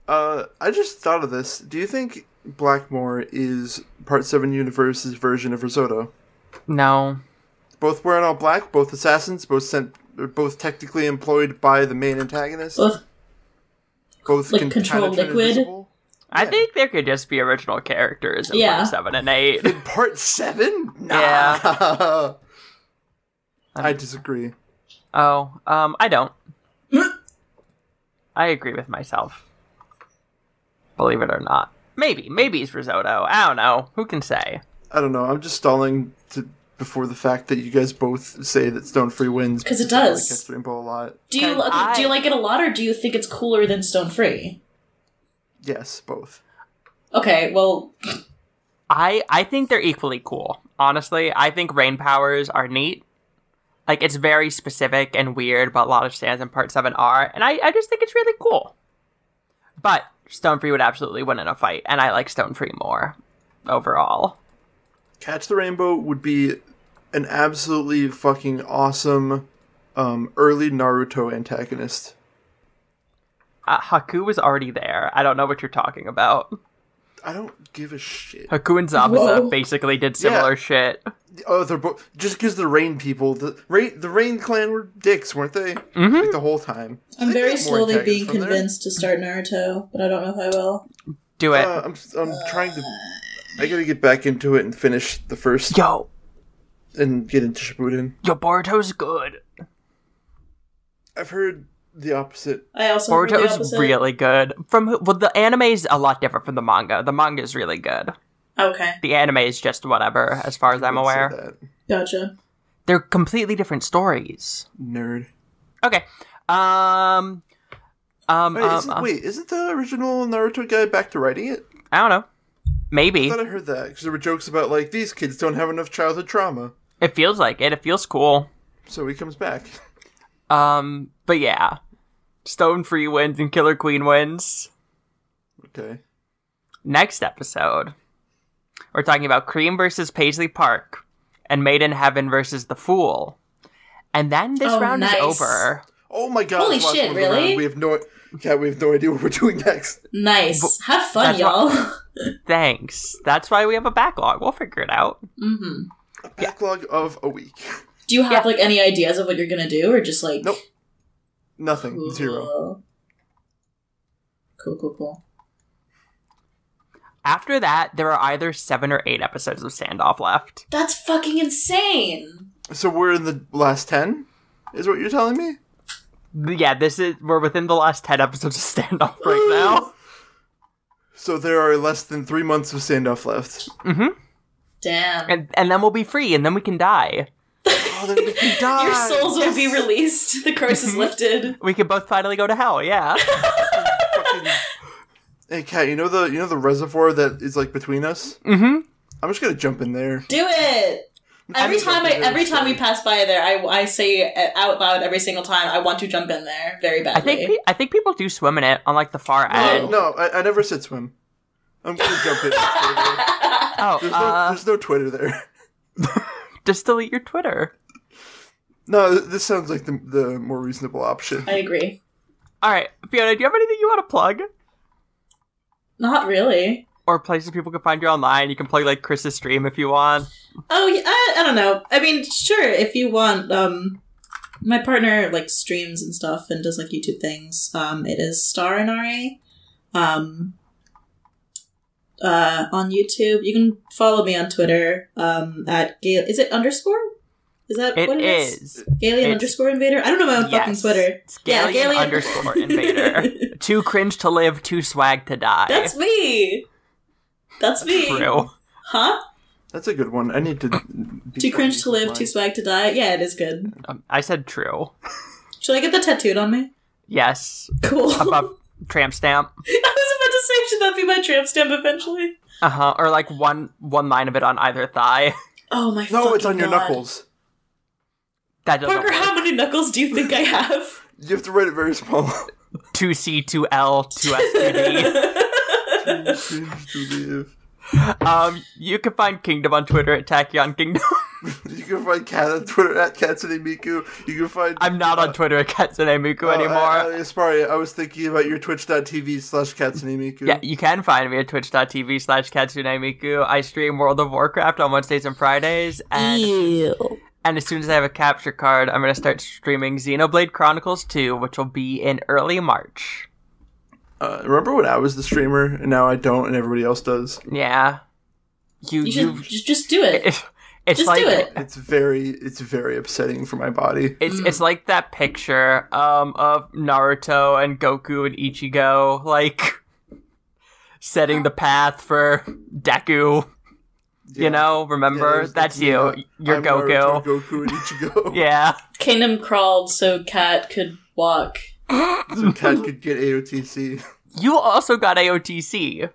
S2: Uh, I just thought of this. Do you think Blackmore is Part 7 Universe's version of Risotto.
S1: No.
S2: Both wearing all black, both assassins, both sent, they're both technically employed by the main antagonist.
S3: Both
S2: Both
S3: like
S2: can
S3: Control
S2: kinda turn
S3: Liquid?
S2: invisible.
S1: I
S2: Yeah.
S1: think there could just be original characters in
S3: Yeah.
S1: part seven and eight.
S2: In Part 7? Nah. I disagree.
S1: Oh, um, I don't. I agree with myself. Believe it or not. Maybe. Maybe it's risotto. I don't know. Who can say?
S2: I don't know. I'm just stalling to before the fact that you guys both say that Stone Free wins
S3: 'Cause it
S2: I like
S3: does.
S2: Catherine Bow a lot.
S3: Do you
S1: And
S3: li-
S1: I-
S3: do you like it a lot, or do you think it's cooler than Stone Free?
S2: Yes, both.
S3: Okay, well,
S1: I I think they're equally cool. Honestly, I think rain powers are neat. Like it's very specific and weird, but a lot of stands in part seven are, and I, I just think it's really cool. But Stone Free would absolutely win in a fight, and I like Stone Free more overall.
S2: Catch the Rainbow would be an absolutely fucking awesome um, early Naruto antagonist.
S1: Uh, Haku was already there. I don't know what you're talking about.
S2: I don't give a shit.
S1: Haku and Zabuza
S3: Whoa.
S1: basically did similar
S2: Yeah.
S1: shit.
S2: Oh, they're both just because the Rain people, the Rain, the Rain clan were dicks, weren't they?
S1: Mm-hmm.
S2: Like, the whole time.
S3: I'm
S2: They
S3: very
S2: got more
S3: slowly being
S2: antagonists from there.
S3: convinced to start Naruto, but I don't know if I will.
S1: Do it.
S2: Uh, I'm, I'm trying to. I gotta get back into it and finish the first
S1: yo,
S2: and get into Shippuden.
S1: yo, Boruto's good.
S2: I've heard the opposite.
S3: I also heard the
S1: Boruto's
S3: opposite.
S1: really good. From who- well, the anime is a lot different from the manga. The manga is really good.
S3: Oh, Okay,
S1: The anime is just whatever, as far as I'm
S2: Let's say
S1: aware.
S2: that.
S3: gotcha.
S1: They're completely different stories.
S2: Nerd.
S1: Okay. Um. Um.
S2: Wait,
S1: um,
S2: isn't,
S1: um,
S2: wait, isn't the original Naruto guy back to writing it?
S1: I don't know.
S2: I
S1: Maybe
S2: thought I heard that because there were jokes about like these kids don't have enough childhood trauma,
S1: it feels like it. It feels cool.
S2: so he comes back. (laughs)
S1: Um. But yeah, Stone Free wins and Killer Queen wins.
S2: Okay.
S1: next episode, we're talking about Cream versus Paisley Park and Maiden Heaven versus The Fool. And then this
S3: Oh,
S1: round
S3: nice.
S1: is over.
S2: Oh my god!
S3: Holy
S2: the last
S3: shit,
S2: one's around.
S3: really?
S2: We have no. Yeah, we have no idea what we're doing
S3: (laughs)
S2: next.
S3: Nice. Have fun,
S1: that's why-
S3: y'all. (laughs)
S1: Thanks. That's why we have a backlog. We'll figure it out.
S3: hmm
S2: A backlog of a week. (laughs)
S3: Do you have like any ideas of what you're gonna do, or just like
S2: Nope. Nothing.
S3: cool.
S2: Zero.
S3: Cool, cool, cool.
S1: After that, there are either seven or eight episodes of Standoff left.
S3: That's fucking insane.
S2: So we're in the last ten. Is what you're telling me?
S1: Yeah, this is we're within the last ten episodes of Standoff
S3: (laughs)
S1: right now.
S2: So there are less than three months of standoff
S3: (laughs)
S2: left.
S3: Damn.
S1: And and then we'll be free, and then we can die.
S2: Oh, then we can die.
S3: (laughs) Your souls will (laughs) be released. The curse is lifted.
S1: We can both finally go to hell.
S3: (laughs)
S1: Yeah.
S2: fucking- Hey Kat, you know the you know the reservoir that is like between us?
S1: mm-hmm.
S2: I'm just gonna jump in there.
S3: Do it. Every time I, every time we pass by there, I, I say it out loud every single time. I want to jump in there very
S1: I
S3: badly.
S1: think pe- I think people do swim in it on like the far
S2: No,
S1: edge.
S2: Uh, no, I, I never said swim. I'm gonna jump
S3: (laughs)
S2: in.
S1: Oh,
S2: There's no,
S1: uh,
S2: there's no Twitter there.
S1: just delete your Twitter.
S2: No, th- this sounds like the, the more reasonable option.
S3: I agree.
S1: All right, Fiona, do you have anything you want to plug?
S3: Not really.
S1: Or places people can find you online? You can plug like Chris's stream if you want.
S3: Oh, yeah, I, I don't know. I mean, sure, if you want. Um, my partner like streams and stuff and does like YouTube things. Um, it is Star NRA. Um, uh, on YouTube, you can follow me on Twitter. Um, at Gale, is it underscore? Is that
S1: It
S3: what it is?
S1: is.
S3: Alien
S1: It's-
S3: underscore invader. I don't know my own fucking
S1: Yes.
S3: Twitter.
S1: It's
S3: Yeah,
S1: Galian
S3: Galian-
S1: underscore
S3: (laughs)
S1: invader. too cringe to live, too swag to die.
S3: That's me. That's me.
S1: true.
S3: Huh?
S2: That's a good one. I need to. be
S3: Too cringe
S2: funny
S3: to live,
S2: with
S3: too
S2: mine.
S3: swag to die. Yeah, it is good.
S1: Um, I said true.
S3: Should I get the tattooed on me?
S1: Yes.
S3: Cool.
S1: Above tramp stamp.
S3: (laughs) I was about to say, should that be my tramp stamp eventually?
S1: Uh huh. Or like one one line of it on either thigh. (laughs)
S3: Oh my
S2: No, it's
S3: fucking
S2: on your
S3: God.
S2: knuckles.
S1: That doesn't
S3: Parker, how many knuckles do you think I have?
S2: You have to write it very small. (laughs)
S1: Two C, two L, two S, two D.
S2: Too cringe to live.
S1: Um, you can find Kingdom (laughs) on Twitter at Tachyon Kingdom.
S2: you can find Kat on Twitter at Katsunemiku. You can find.
S1: I'm not on Twitter at Katsunemiku
S2: Oh, I-
S1: anymore.
S2: I, I, sorry, I was thinking about your twitch.tv slash Katsunemiku.
S1: yeah, you can find me at twitch.tv slash katsunemiku. I stream World of Warcraft on Wednesdays and Fridays. (laughs) And
S3: Ew.
S1: And as soon as I have a capture card, I'm going to start streaming Xenoblade Chronicles 2, which will be in early March.
S2: Uh, remember when I was the streamer and now I don't and everybody else does?
S1: Yeah. You,
S3: You
S1: you,
S3: should just, just do it.
S1: it's, it's
S3: Just
S1: like,
S3: do it. Mm.
S2: It's very, it's very upsetting for my body.
S1: It's, it's like that picture um, of Naruto and Goku and Ichigo, like, (laughs) setting the path for Deku.
S2: Yeah.
S1: You know, remember?
S2: Yeah, it's-
S1: That's
S2: it's me.
S1: you. You're
S2: I'm Naruto,
S1: Goku.
S2: Goku and
S1: (laughs)
S2: Ichigo.
S1: Yeah.
S3: Kingdom crawled so Cat could walk.
S2: So Kat could get AOTC.
S1: You also got AOTC.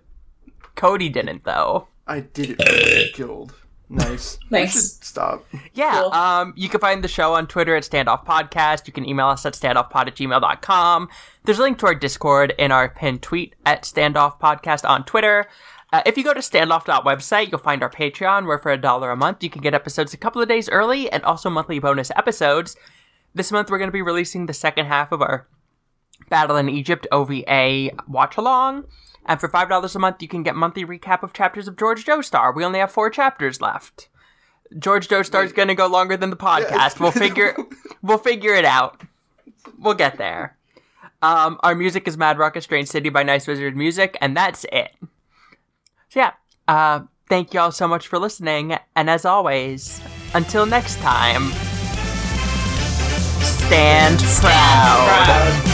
S1: Cody didn't, though.
S2: I did it for the guild. Nice. We
S3: Thanks.
S2: should Stop.
S1: Yeah.
S3: Cool.
S1: Um, you can find the show on Twitter at Standoff Podcast. You can email us at standoffpod at gmail.com. There's a link to our Discord in our pinned tweet at Standoff Podcast on Twitter. Uh, if you go to standoff.website, you'll find our Patreon, where for a dollar a month, you can get episodes a couple of days early and also monthly bonus episodes. This month, we're going to be releasing the second half of our Battle in Egypt OVA watch along. And for $5 a month, you can get monthly recap of chapters of George Joestar. We only have four chapters left. George Joestar's going to go longer than the podcast. we'll figure we'll figure it out. We'll get there. Um, our music is Mad Rocket Strange City by Nice Wizard Music, and that's it. So yeah, uh, thank you all so much for listening, and as always, until next time, stand proud.
S3: Proud.